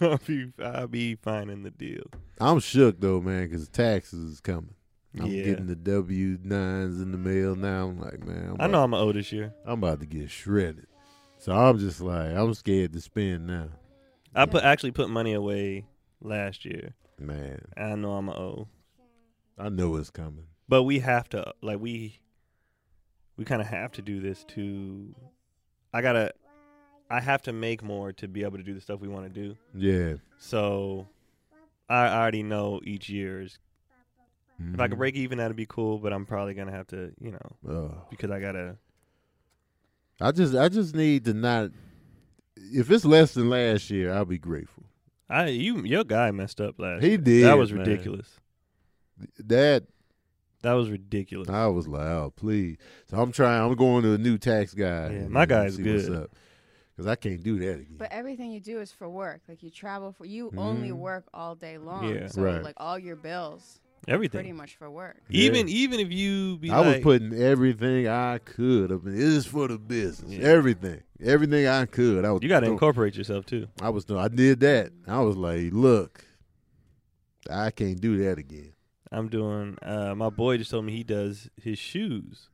S2: I'll be, I'll be finding the deal.
S1: I'm shook though, man, because taxes is coming. I'm
S2: yeah,
S1: getting the W nines in the mail now. I'm like, man, I'm
S2: I
S1: about-
S2: know I'm gonna owe this year.
S1: I'm about to get shredded. So I'm just like, I'm scared to spend now,
S2: I put actually put money away last year.
S1: man.
S2: and I know I'm gonna owe,
S1: I know it's coming.
S2: but we have to like we we kind of have to do this to. I gotta, I have to make more to be able to do the stuff we want to do.
S1: Yeah.
S2: So I already know each year is if I
S1: Mhm.
S2: could break even that'd be cool, but I'm probably gonna have to, you know,
S1: Ugh.
S2: because I gotta
S1: Uh, I just I just need to not if it's less than last year, I'll be grateful.
S2: I you your guy messed up last
S1: He
S2: year.
S1: did.
S2: That was
S1: man.
S2: ridiculous.
S1: That
S2: That was ridiculous.
S1: I was like, oh please. So I'm trying. I'm going to a new tax guy.
S2: Yeah, my guy's
S1: see what's
S2: good.
S1: up. Cause I can't do that again.
S3: But everything you do is for work. Like you travel for you only
S1: Mm.
S3: work all day long.
S2: Yeah.
S3: So
S1: Right.
S3: like all your bills pretty
S2: everything.
S3: much for work.
S1: Yeah.
S2: Even even if you be
S1: I was
S2: like-
S1: putting everything I could. I mean, this is for the business.
S2: Yeah.
S1: Everything, everything I could. I was.
S2: you got to
S1: throwing-
S2: incorporate yourself too.
S1: I was. doing- I did that. I was like, look, I can't do that again.
S2: I'm doing. Uh, my boy just told me he does his shoes,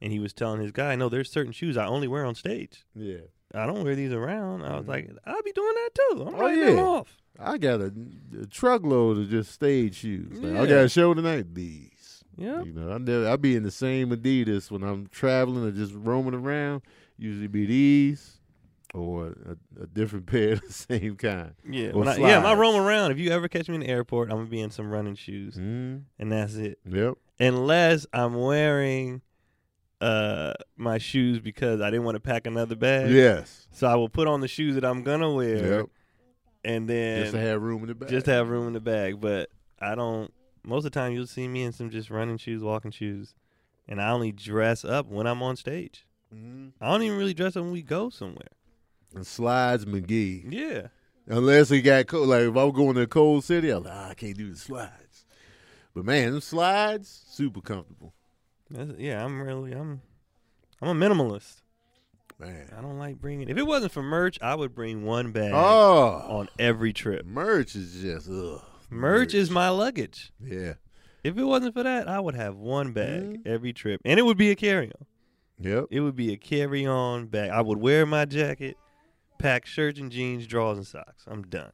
S2: and he was telling his guy, "No, there's certain shoes I only wear on stage.
S1: Yeah.
S2: I don't wear these around." I was
S1: Mhm.
S2: like, "I'll be doing that too. I'm
S1: Oh,
S2: writing them
S1: yeah.
S2: off."
S1: I got a, a truckload of just stage shoes. Like, I
S2: Yeah.
S1: got a show tonight. These.
S2: Yeah,
S1: You know, I never. I be in the same Adidas when I'm traveling or just roaming around. Usually be these or a, a different [laughs] pair of the same kind.
S2: yeah,
S1: Or
S2: when I, yeah. When I
S1: slides.
S2: roam around, if you ever catch me in the airport, I'm gonna be in some running shoes,
S1: Mm.
S2: and that's it.
S1: Yep.
S2: Unless I'm wearing uh my shoes because I didn't want to pack another bag.
S1: Yes.
S2: So I will put on the shoes that I'm gonna wear,
S1: Yep.
S2: and then
S1: Just to have room in the back.
S2: just to have room in the bag. But I don't. Most of the time, you'll see me in some just running shoes, walking shoes, and I only dress up when I'm on stage.
S1: Mhm.
S2: I don't even really dress up when we go somewhere.
S1: And slides McGee.
S2: Yeah,
S1: Unless he got cold. Like if I was going to a cold city, I'm like, "Ah, I can't do the slides. But man, them slides super comfortable.
S2: That's- yeah. I'm really I'm I'm a minimalist.
S1: Man.
S2: I don't like bringing. If it wasn't for merch, I would bring one bag
S1: Oh,
S2: on every trip.
S1: merch is just ugh.
S2: Merch is my luggage.
S1: yeah.
S2: If it wasn't for that, I would have one bag
S1: Mhm.
S2: every trip, and it would be a carry on.
S1: Yep.
S2: It would be a carry on bag. I would wear my jacket, pack shirts and jeans, drawers and socks. I'm done.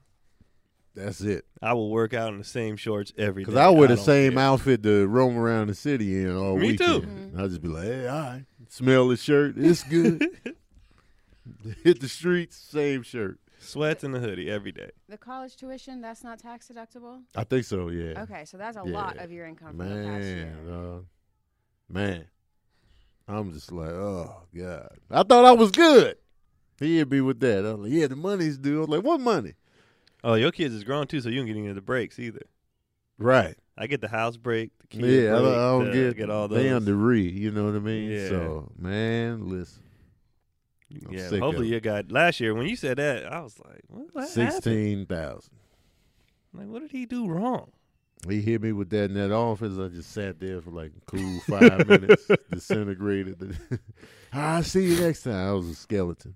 S1: That's it.
S2: I will work out in the same shorts every day.
S1: Because I wear the
S2: don't
S1: same
S2: care.
S1: outfit to roam around the city in all
S2: Me
S1: weekend.
S2: too.
S3: Mhm.
S1: I just be like, hey, all right. Smell the shirt. It's
S2: [laughs]
S1: good. Hit the streets, same shirt.
S2: Sweats and a hoodie every day.
S3: The college tuition that's not tax deductible.
S1: I think so, yeah.
S3: Okay, so that's a lot
S1: Yeah.
S3: of your income for the past year.
S1: Man, dog. man. I'm just like, oh, God. I thought I was good. He'd be with that. I'm like, yeah, the money's due. I was like, what money?
S2: Oh, your kids is grown too, so you don't get any of the breaks either.
S1: Right.
S2: I get the house break. The kid
S1: yeah, I
S2: break,
S1: don't, I don't
S2: the-
S1: get,
S2: get all
S1: They
S2: those.
S1: under re, you know what I mean?
S2: Yeah.
S1: So, man, listen. I'm
S2: yeah,
S1: sick
S2: hopefully
S1: of
S2: your guy. Last year when you said that, I was like, what, what happened?
S1: 16000
S2: Like, what did he do wrong?
S1: He hit me with that in that office. I just sat there for like a cool
S2: [laughs]
S1: five minutes, disintegrated. [laughs] I see you next time. I was a skeleton.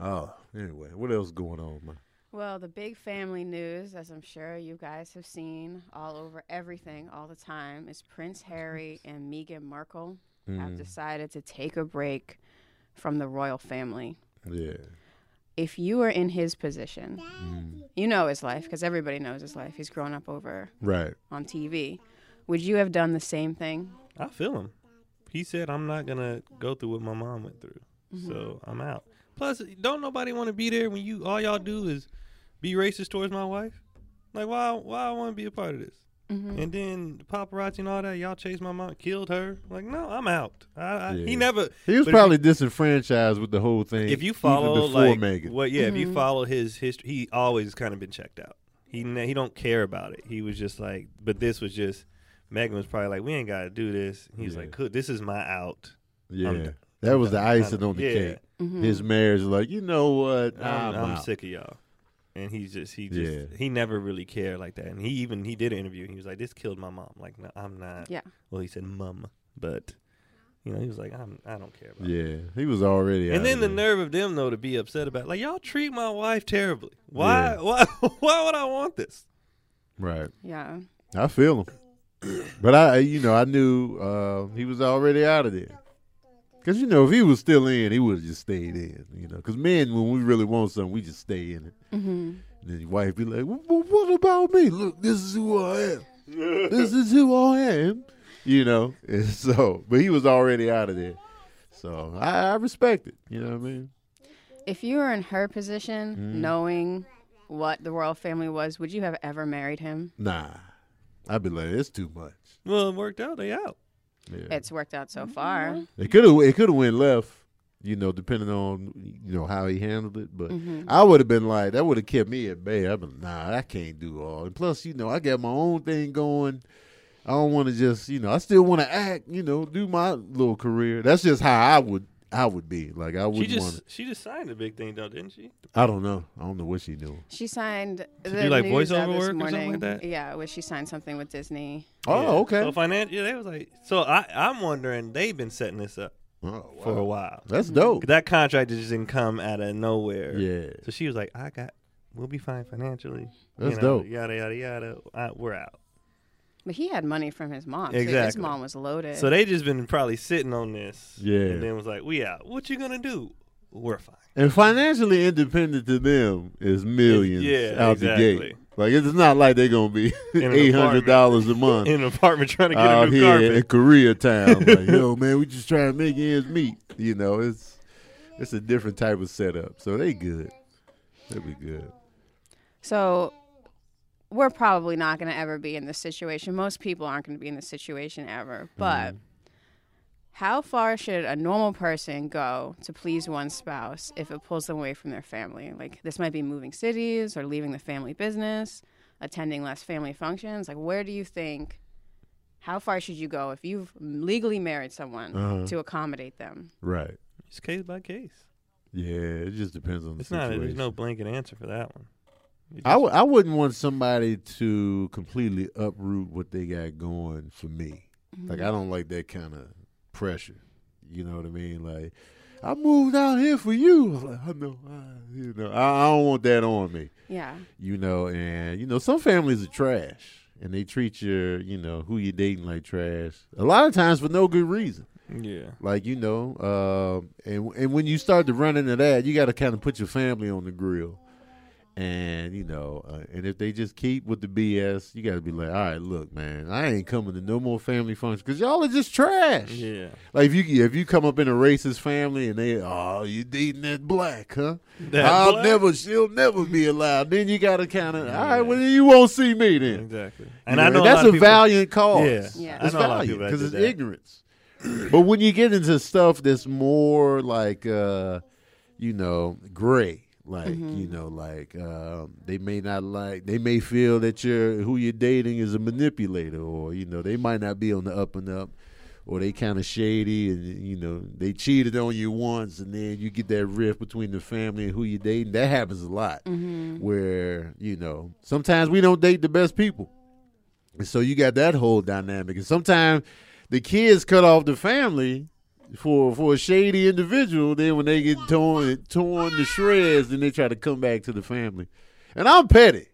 S1: Oh, anyway, what else going on, man?
S3: Well, the big family news, as I'm sure you guys have seen all over everything all the time, is
S1: [laughs]
S3: Prince Harry and Meghan Markle
S1: Mm.
S3: have decided to take a break from the royal family.
S1: Yeah.
S3: If you were in his position,
S1: Mm.
S3: you know his life because everybody knows his life. He's grown up over
S1: Right.
S3: on TV. Would you have done the same thing?
S2: I feel him. He said, I'm not going to go through what my mom went through. So I'm out. Plus, don't nobody want to be there when you all y'all do is be racist towards my wife? Like, why Why I want to be a part of this?
S3: Mhm.
S2: And then the paparazzi and all that, y'all chased my mom, killed her. Like, no, I'm out. I, I, He
S1: Yeah.
S2: never.
S1: He was
S2: But if
S1: probably disenfranchised with the whole thing.
S2: If you
S1: even
S2: follow,
S1: before
S2: like,
S1: Megan.
S2: what? Yeah, if you
S3: Mhm.
S2: follow his history, he always kind of been checked out. He ne- he don't care about it. He was just like, but this was just. Megan was probably like, we ain't got to do this. He's
S1: Yeah.
S2: like, cool, this is my out.
S1: yeah,
S2: I'm-
S1: that was the
S2: I'm-
S1: icing on the
S2: yeah.
S1: cake.
S3: Mhm.
S1: His marriage, is like, you know what? I'm,
S2: I'm, I'm
S1: out.
S2: sick of y'all. And he's just he just
S1: Yeah.
S2: he never really cared like that. And he even he did an interview. He was like, "This killed my mom." Like, no, I'm
S1: Uh,
S2: not.
S3: Yeah.
S2: Well, he said mum, but you know he was like, "I'm I don't care about." it."
S1: Yeah, he was already.
S2: And
S1: out
S2: then
S1: of
S2: the
S1: there.
S2: nerve of them though to be upset about like y'all treat my wife terribly. Why
S1: Yeah.
S2: why [laughs] why would I want this?
S1: Right.
S3: Yeah.
S1: I feel him, but I, you know, I knew uh, he was already out of there. Cause you know, if he was still in, he would have just stayed in. You know, cause men, when we really want something, we just stay in it.
S3: Mhm.
S1: And then your wife be like, well, "What about me? Look, this is who I am. this is who I am." You know, and [laughs] so, but he was already out of there. So I, I respect it. You know what I mean?
S3: If you were in her position,
S2: Mm-hmm.
S3: knowing what the royal family was, would you have ever married him?
S1: Nah, I'd be like, "It's too much."
S2: Well, it worked out. They out.
S1: Yeah.
S3: It's worked out so far.
S1: It could have it could have went left, you know, depending on you know how he handled it. But I would have been like that would have kept me at bay. I've been nah, I can't do all. And plus, you know, I got my own thing going. I don't want to just you know, I still want to act. You know, do my little career. That's just how I would I would be like I
S2: She
S1: would want.
S2: just
S1: it.
S2: she just signed a big thing though, didn't she?
S1: I don't know. I don't know what she doing.
S3: She signed
S2: To
S3: the
S2: do, like,
S3: news out
S2: voiceover work or
S3: this
S2: something like
S3: morning.
S2: that?
S3: Yeah, where she signed something with Disney.
S1: Oh,
S2: Yeah.
S1: okay.
S2: So financial, yeah, they was like, so I I'm wondering they've been setting this up
S1: oh, wow.
S2: for a while.
S1: That's dope.
S2: That contract just didn't come out of nowhere.
S1: Yeah,
S2: So she was like, I got, we'll be fine financially.
S1: that's
S2: you know,
S1: dope.
S2: Yada yada yada. I, we're out.
S3: But he had money from his mom. Too. His
S2: Exactly.
S3: mom was loaded.
S2: So they just been probably sitting on this.
S1: Yeah.
S2: And then was like, we out. What you gonna do? We're fine. [laughs]
S1: And financially independent to them is millions
S2: Yeah,
S1: out the gate.
S2: exactly.
S1: Like it's not like they're gonna be
S2: [laughs] In an
S1: eight hundred dollars a month
S2: [laughs] In an apartment trying to get
S1: out
S2: a new
S1: here in
S2: carpet. [laughs]
S1: Koreatown. like yo, man, we just trying to make ends meet. You know, it's it's a different type of setup. So they good. They be good.
S3: So we're probably not going to ever be in this situation. Most people aren't going to be in this situation ever. But how far should a normal person go to please one spouse if it pulls them away from their family? Like this might be moving cities or leaving the family business, attending less family functions. Like where do you think how far should you go if you've legally married someone
S1: Uh-huh.
S3: to accommodate them?
S1: Right.
S2: It's case by case.
S1: Yeah, it just depends on the
S2: It's not.
S1: situation.
S2: There's no blanket answer for that one. You
S1: I
S2: just-
S1: w- I wouldn't want somebody to completely uproot what they got going for me. Like I don't like that kind of pressure. You know what I mean? Like I moved out here for you. [laughs] I'm Like, I know, I, you know, I, I don't want that on me.
S3: Yeah.
S1: You know, and you know, some families are trash, and they treat your, you know, who you're dating like trash. A lot of times for no good reason.
S2: yeah.
S1: Like you know, um, and and when you start to run into that, you got to kind of put your family on the grill, and you know, uh, and if they just keep with the BS, you got to be like, all right, look, man, I ain't coming to no more family functions because y'all are just trash.
S2: Yeah.
S1: Like if you if you come up in a racist family and they, oh, you dating that black, huh?
S2: That
S1: I'll
S2: black-
S1: never, she'll never be allowed. Then you got to kind of, all right,
S2: Yeah.
S1: well then you won't see me then.
S2: Exactly.
S1: You
S2: And I know a
S1: that's
S2: lot of people-
S1: valiant cause.
S2: Yeah.
S3: Yeah.
S1: It's
S2: I know a lot of
S1: value
S2: people that
S1: because
S2: do
S1: it's
S2: that.
S1: ignorance. but when you get into stuff that's more like, uh, you know, gray, like you know, like um, they may not like, they may feel that you're who you're dating is a manipulator, or you know, they might not be on the up and up. Or they kind of shady, and you know they cheated on you once, and then you get that rift between the family and who you dating. That happens a lot, where you know sometimes we don't date the best people. And so you got that whole dynamic. And sometimes the kids cut off the family for for a shady individual. Then when they get torn torn to shreds, then they try to come back to the family. And I'm petty.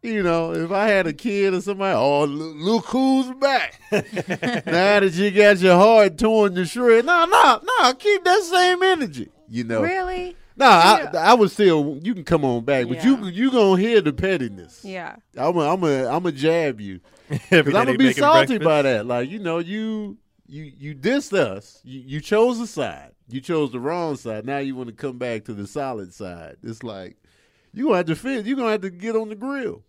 S1: You know, if I had a kid or somebody, oh, look, look who's
S3: [laughs]
S1: back. now that you got your heart torn to shreds, no, no, no, keep that same energy. You know,
S3: Really?
S1: no, I, I would still. You can come on back, but
S3: Yeah.
S1: you you gonna hear the pettiness.
S3: Yeah.
S1: I'm a, I'm a, I'm a jab you.
S2: [laughs]
S1: Because I'm
S2: Every day they
S1: gonna be
S2: making
S1: salty
S2: breakfast.
S1: by that. Like you know, you you you dissed us. You, you chose a side. You chose the wrong side. Now you want to come back to the solid side. It's like you gonna have to fit. You gonna have to get on the grill.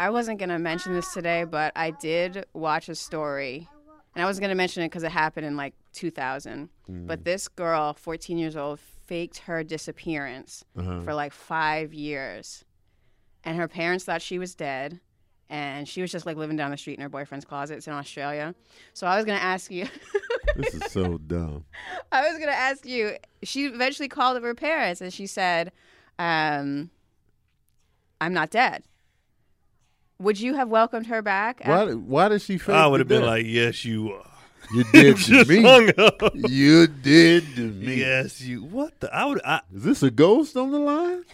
S3: I wasn't going to mention this today, but I did watch a story. And I was going to mention it because it happened in like 2000. But this girl, 14 years old, faked her disappearance for like five years. And her parents thought she was dead. And she was just like living down the street in her boyfriend's closet. It's in Australia. So I was going to ask you.
S1: This is so dumb.
S3: I was gonna ask you. She eventually called up her parents and she said, um, "I'm not dead." Would you have welcomed her back?
S1: [laughs]
S3: Um,
S1: Why?
S3: af-
S1: Why did she? Fake
S2: I
S1: the
S2: would have been
S1: death?
S2: like, yes, you are.
S1: you
S2: [laughs]
S1: did to
S2: Just
S1: me.
S2: hung up.
S1: You did
S2: [laughs]
S1: to me.
S2: Yes, you. What the? I would. I,
S1: Is this a ghost on the line?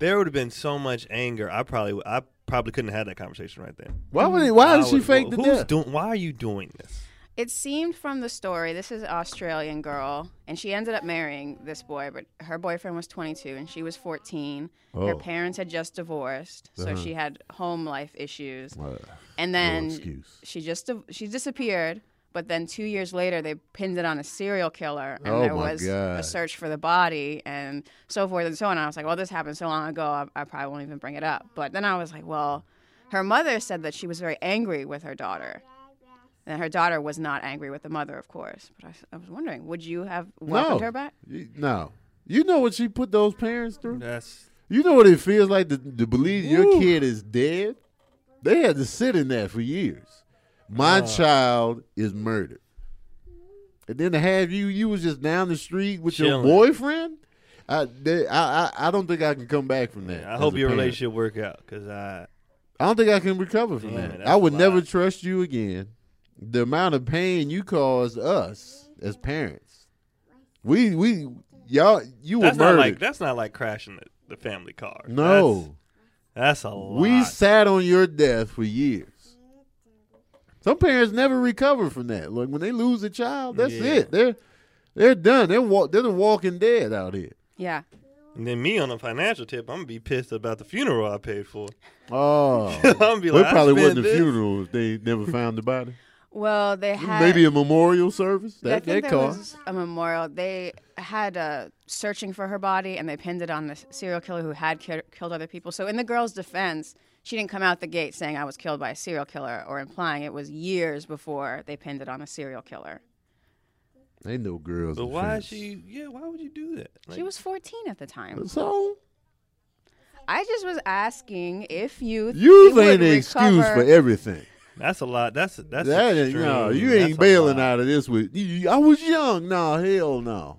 S2: there would have been so much anger. I probably. I probably couldn't have had that conversation right then.
S1: Why would? It, why
S2: Mm, I
S1: did she
S2: would-
S1: fake the
S2: who's
S1: death?
S2: Doing, why are you doing this?
S3: It seemed from the story. This is an Australian girl, and she ended up marrying this boy, but her boyfriend was 22 and she was 14. Her
S1: Oh.
S3: parents had just divorced, so she had home life issues. And
S1: No
S3: then
S1: excuse.
S3: she just she disappeared. But then two years later, they pinned it on a serial killer, and
S1: Oh,
S3: there
S1: my
S3: was a
S1: God.
S3: search for the body and so forth and so on. I was like, well, this happened so long ago, I, I probably won't even bring it up. But then I was like, well, her mother said that she was very angry with her daughter. And her daughter was not angry with the mother, of course. But I, s- I was wondering, would you have welcomed
S1: no.
S3: her back?
S1: You- No. You know what she put those parents through?
S2: That's.
S1: You know what it feels like to, to believe your kid is dead? They
S2: Uh.
S1: had to sit in that for years. My child is murdered. And then to have you, you was just down the street with your
S2: Chilling.
S1: boyfriend. I, they, I, I, I don't think I can come back from that.
S2: I
S1: as
S2: hope
S1: a
S2: your
S1: parent.
S2: relationship work out because I
S1: I don't think I can recover from
S2: Yeah,
S1: that.
S2: that's
S1: I would
S2: a
S1: never
S2: lot.
S1: trust you again. The amount of pain you caused us as parents, we we y'all you
S2: that's
S1: were
S2: not
S1: murdered.
S2: like that's not like crashing the, the family car.
S1: no,
S2: that's, that's a lot.
S1: we sat on your death for years. Some parents never recover from that. Like when they lose a child, that's
S2: Yeah.
S1: it. They're they're done. They're walk. They're the walking dead out here.
S3: Yeah.
S2: and then me on a financial tip, I'm gonna be pissed about the funeral I paid
S1: [laughs]
S2: for.
S1: Oh,
S2: [laughs] I'm gonna be
S1: well,
S2: like,
S1: it
S2: I
S1: probably wasn't
S2: spent
S1: a
S2: this.
S1: funeral if they never found the body.
S3: Well, they [laughs] had
S1: Maybe a memorial service.
S3: I
S1: That
S3: think
S1: that
S3: there
S1: cost.
S3: was a memorial. They had a searching for her body, and they pinned it on the serial killer who had ki- killed other people. So, in the girl's defense, she didn't come out the gate saying I was killed by a serial killer or implying it was years before they pinned it on a serial killer.
S1: They know girls.
S2: But
S1: in
S2: why
S1: France.
S2: is she? Yeah, why would you do that? Like,
S3: She was 14 at the time.
S1: So
S3: I just was asking if you
S1: you
S3: would
S1: ain't an excuse
S3: recover-
S1: for everything.
S2: That's a lot. That's that's
S1: That ain't-
S2: extreme.
S1: no, you
S2: That's
S1: ain't
S2: a
S1: bailing
S2: lot.
S1: out of this with. You, you- I was young. No, hell no,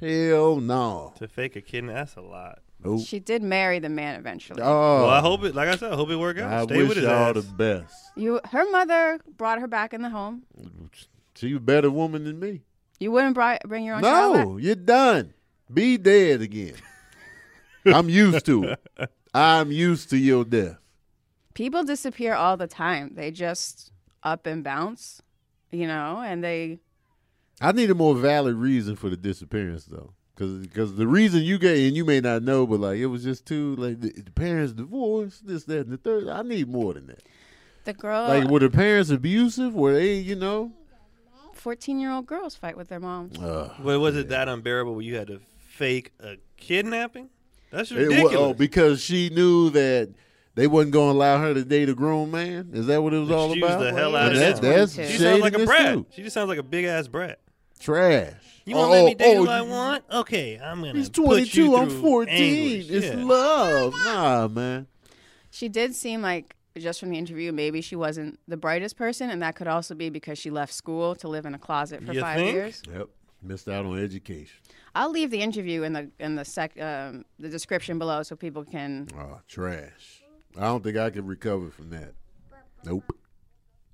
S1: hell no.
S2: to fake a kidney. That's a lot.
S1: Nope.
S3: She did marry the man eventually.
S1: Oh,
S2: well, I hope it. Like I said, I hope it work out.
S1: I
S2: Stay
S1: wish
S2: with it.
S1: y'all the best.
S3: You, her mother brought her back in the home.
S1: She a better woman than me.
S3: You wouldn't bri- bring your own child back.
S1: No, you're done. Be dead
S2: [laughs]
S1: again. I'm used to it. I'm used to your death.
S3: people disappear all the time. They just up and bounce, you know, and they
S1: I need a more valid reason for the disappearance though. Cause, 'cause the reason you gave, and you may not know, but like it was just too like the, the parents divorced, this, that, and the third. I need more than that.
S3: the girl
S1: Like, were the parents abusive? Were they, you know?
S3: 14-year-old girls fight with their moms.
S1: Uh,
S2: Wait, was it that unbearable? Where you had to fake a kidnapping? That's
S1: it wa-
S2: ridiculous.
S1: oh, because she knew that they wasn't going to allow her to date a grown man. Is that what it was all
S2: Excuse
S1: about?
S2: the hell
S3: out of
S1: That-
S3: him.
S1: That's
S3: She
S2: she
S3: sounds
S2: sounds like a
S1: shadiness,
S2: brat.
S1: too.
S2: She just sounds like a big ass brat.
S1: Trash.
S2: You won't let me date
S1: oh,
S2: who I
S1: you-
S2: want? Okay, I'm gonna.
S1: He's
S2: put you
S1: 22. I'm
S2: through
S1: 14.
S2: anguish.
S1: It's
S2: Yeah.
S1: love. Nah, man.
S3: She did seem like just from the interview maybe she wasn't the brightest person and that could also be because she left school to live in a closet for
S2: You
S3: 5
S2: think?
S3: years.
S1: Yep. Missed out on education.
S3: I'll leave the interview in the in the sec um, the description below so people can
S1: Oh, trash. I don't think I can recover from that. Nope.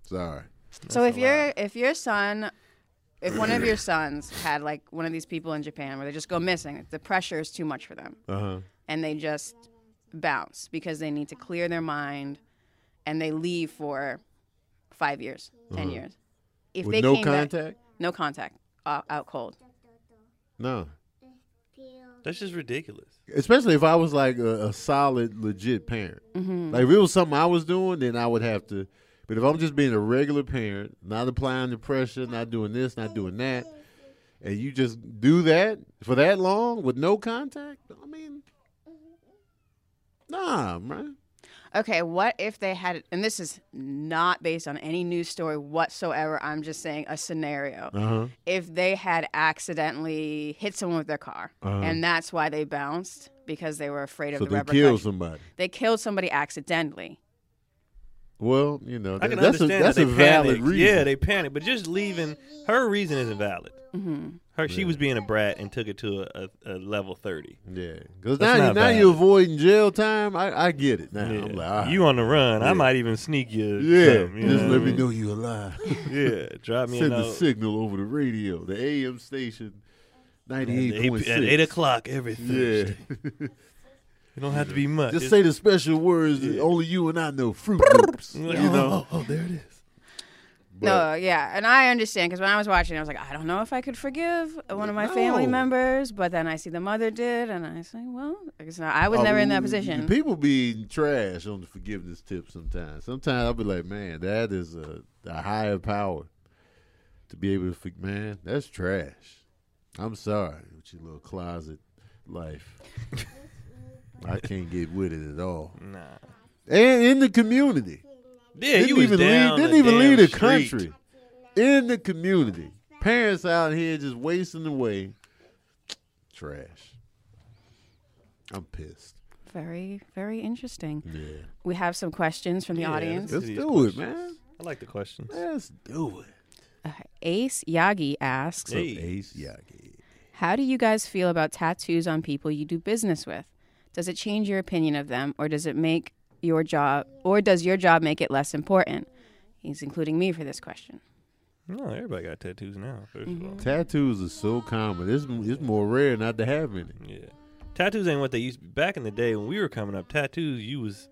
S1: Sorry.
S3: So if your if your son if one of your sons had like one of these people in Japan where they just go missing, the pressure is too much for them.
S1: Uh-huh.
S3: and they just bounce because they need to clear their mind and they leave for five years, 10 years. If
S1: Mm-hmm. With no
S3: back-
S1: contact?
S3: no contact, uh, out cold.
S1: No.
S2: That's just ridiculous.
S1: Especially if I was like a, a solid, legit parent. Like if it was something I was doing, then I would have to. But if I'm just being a regular parent, not applying the pressure, not doing this, not doing that, and you just do that for that long with no contact, I mean, nah, man.
S3: Okay, what if they had, and this is not based on any news story whatsoever, I'm just saying a scenario.
S1: Uh
S2: Uh-huh.
S1: huh.
S3: If they had accidentally hit someone with their car
S1: Uh-huh.
S3: and that's why they bounced because they were afraid of
S1: So
S3: the
S1: they
S3: repercussions.
S1: kill somebody.
S3: They killed somebody accidentally.
S1: Well, you know,
S2: I can
S1: that's a
S2: understand
S1: that's
S2: that
S1: a
S2: they
S1: valid
S2: panicked.
S1: reason.
S2: Yeah, they panicked, but just leaving her reason isn't valid.
S3: hmm
S2: Her she was being a brat and took it to a, a, a level thirty.
S1: Yeah, because now,
S2: That's
S1: you-
S2: not
S1: now
S2: bad.
S1: you're avoiding jail time. I, I get it now.
S2: Yeah.
S1: I'm like, all right.
S2: you on the run?
S1: Ah. Yeah.
S2: I might even sneak you.
S1: yeah,
S2: something, you
S1: just
S2: know
S1: let
S2: what
S1: me
S2: I
S1: know you're alive.
S2: mean? [laughs] Yeah, drop me uh, a
S1: Send the
S2: note.
S1: signal over the radio, the AM station,
S2: At eight,
S1: ninety-eight point
S2: p-
S1: six.
S2: at eight o'clock every
S1: Yeah,
S2: Thursday. It don't have to be
S1: [laughs]
S2: much.
S1: just
S2: It's-
S1: say the special words that only you and I know. Fruit loops, you
S2: Like,
S1: [laughs] know.
S2: Oh, oh, oh, there it is.
S1: But-
S3: no, yeah, and I understand because when I was watching, I was like, I don't know if I could forgive one of my family
S1: No.
S3: members, but then I see the mother did, and I say, well, I guess not. I was never in that
S1: Oh,
S3: position.
S1: People be trash on the forgiveness tip sometimes. Sometimes I'll be like, man, that is a, a higher power to be able to, forg- man, that's trash. I'm sorry with your little closet
S2: [laughs]
S1: life. I can't get with it at all.
S2: Nah.
S1: And in the community.
S2: Yeah,
S1: didn't
S2: you was
S1: even
S2: down
S1: leave, didn't
S2: the
S1: even
S2: damn
S1: leave the
S2: street.
S1: country. In the community. Parents out here just wasting away. Trash. I'm pissed.
S3: Very, very interesting.
S1: Yeah.
S3: We have some questions from the
S2: Yeah,
S3: audience.
S2: this
S1: Let's do
S2: is- these
S1: it,
S2: questions.
S1: man.
S2: I like the questions.
S1: Let's do it.
S3: Uh, Ace Yagi asks,
S2: Hey.
S1: Ace Yagi.
S3: How do you guys feel about tattoos on people you do business with? Does it change your opinion of them or does it make your job or does your job make it less important? He's including me for this question.
S2: No, everybody got tattoos now. 1st of
S1: Mm-hmm.
S2: all,
S1: Tattoos are so common. It's it's more rare not to have any.
S2: yeah, tattoos ain't what they used. Back in the day when we were coming up, tattoos you was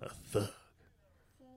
S2: a thug.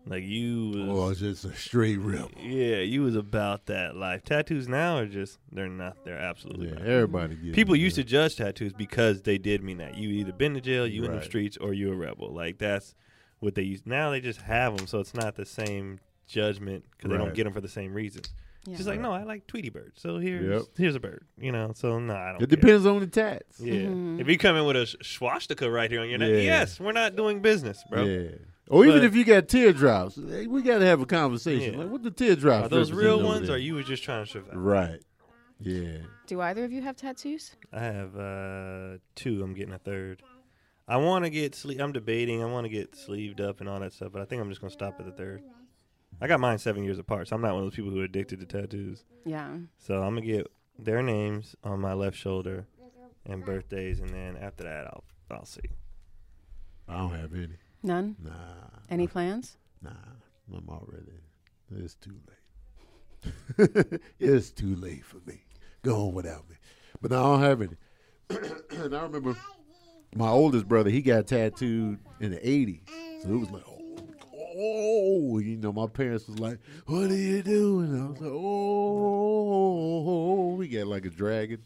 S2: Like you
S1: Or
S2: was,
S1: Oh, it's just a straight rebel.
S2: yeah, you was about that life. Tattoos now are just they're not. They're absolutely
S1: Yeah,
S2: not.
S1: everybody gets.
S2: People used to judge tattoos because they did mean that you either been to jail, you in the
S1: Right.
S2: streets, or you a rebel. Like that's what they use. Now they just have them, so it's not the same judgment because they don't
S1: Right.
S2: get them for the same reasons.
S3: Yeah.
S2: She's like, no, I like Tweety Bird, so here's
S1: Yep.
S2: here's a bird. You know, so no, I don't.
S1: It
S2: care.
S1: depends on the tats.
S2: Yeah,
S3: Mhm.
S2: if you come in with a sh- swastika right here on your neck,
S1: Yeah.
S2: yes, we're not doing business, bro.
S1: Yeah. Or even
S2: But-
S1: if you got teardrops, hey, we got to have a conversation.
S2: Yeah.
S1: Like, what the teardrops?
S2: Are those
S1: represent
S2: real
S1: over
S2: ones?
S1: there?
S2: Or you were just trying to survive?
S1: right? Yeah.
S3: Do either of you have tattoos?
S2: I have uh, two. I'm getting a third. I want to get sleeve. I'm debating. I want to get sleeved up and all that stuff, but I think I'm just gonna stop at the third. I got mine seven years apart, so I'm not one of those people who are addicted to tattoos.
S3: Yeah.
S2: So I'm gonna get their names on my left shoulder and birthdays, and then after that, I'll I'll see.
S1: I don't have any.
S3: None?
S1: Nah.
S3: Any plans?
S1: Nah. I'm already. It's too late. [laughs] it's too late for me. Go on without me. But no, I don't have any. [clears throat] and I remember my oldest brother. He got tattooed in the '80s, so it was like, oh, oh, you know. My parents was like, "What are you doing?" I was like, "Oh, we got like a dragon."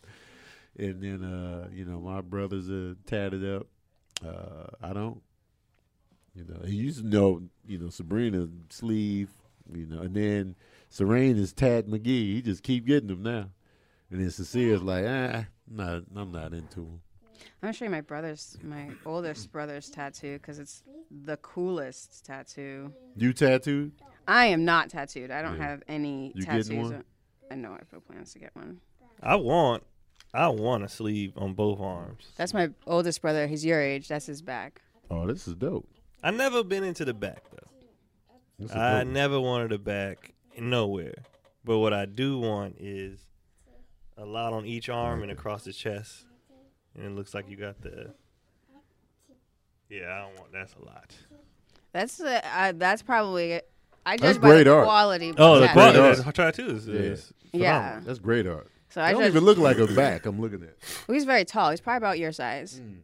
S1: And then, uh, you know, my brothers are tatted up. Uh, I don't. You know, he used to know, you know, Sabrina sleeve, you know, and then Serene is Tad McGee. He just keep getting them now. And then Cecile's like, ah, not, I'm not into him.
S3: I'm gonna show you my brother's, my oldest brother's tattoo because it's the coolest tattoo.
S1: You tattooed?
S3: I am not tattooed. I don't
S1: Yeah.
S3: have any
S1: You getting
S3: tattoos.
S1: one?
S3: I know I have no plans to get one.
S2: I want I want a sleeve on both arms.
S3: That's my oldest brother. He's your age. That's his back.
S1: Oh, this is dope.
S2: I never been into the back though.
S1: This is
S2: I
S1: dope.
S2: never wanted a back nowhere. But what I do want is a lot on each arm and across the chest. And it looks like you got the Yeah, I don't want that's a lot.
S3: That's uh, I, that's probably it. I
S1: That's
S3: judge by
S1: great
S3: the
S1: art.
S3: quality. of
S2: Oh, the
S3: the
S1: quality.
S3: tattoo.
S1: art.
S2: quality tattoos is
S3: Yeah.
S1: That's great art.
S3: So
S1: I
S3: I
S1: don't
S3: judge.
S1: even look like a back. I'm looking at.
S3: Well, he's very tall. He's probably about your size.
S2: Hmm.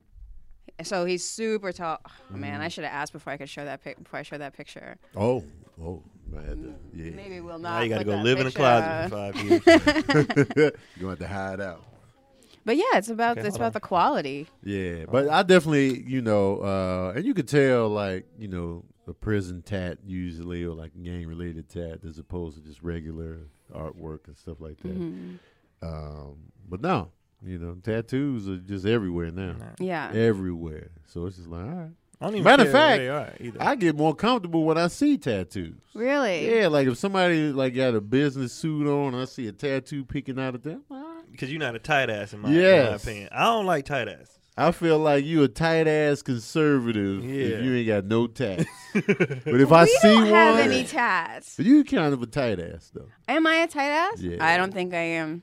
S3: So he's super tall. Oh, Man, I should have asked before I could show that pic- before I show that picture.
S1: Oh, oh, I had to.
S3: [laughs]
S1: Yeah, [laughs]
S3: Maybe we'll not.
S2: Now you got to
S3: put
S2: go
S3: that
S2: live in a
S3: picture-
S2: closet for 5
S3: [laughs]
S2: years.
S1: you gonna have to hide out.
S3: But yeah, it's about
S2: Okay,
S3: it's
S2: hold
S3: about
S2: on.
S3: the quality.
S1: Yeah, but I definitely, you know, uh, and you could tell, like, you know, a prison tat usually or like gang related tat as opposed to just regular artwork and stuff like that. Um, but no, you know, tattoos are just everywhere now.
S3: Yeah.
S1: Everywhere. So it's just like, all right.
S2: I don't even
S1: Matter of
S2: care where
S1: fact,
S2: they are either.
S1: I get more comfortable when I see tattoos.
S3: Really?
S1: Yeah, like if somebody like got a business suit on, I see a tattoo peeking out of them.
S2: Because you're not a tight ass in my, in my
S1: Yes.
S2: opinion. I don't like tight ass.
S1: I feel like you a tight ass conservative
S2: Yeah.
S1: if you ain't got no
S2: [laughs]
S1: tats. but if I
S3: we
S1: see
S3: don't
S1: one,
S3: have any tats.
S1: but you kind of a tight ass though.
S3: Am I a tight ass?
S1: Yeah.
S3: I don't think I am.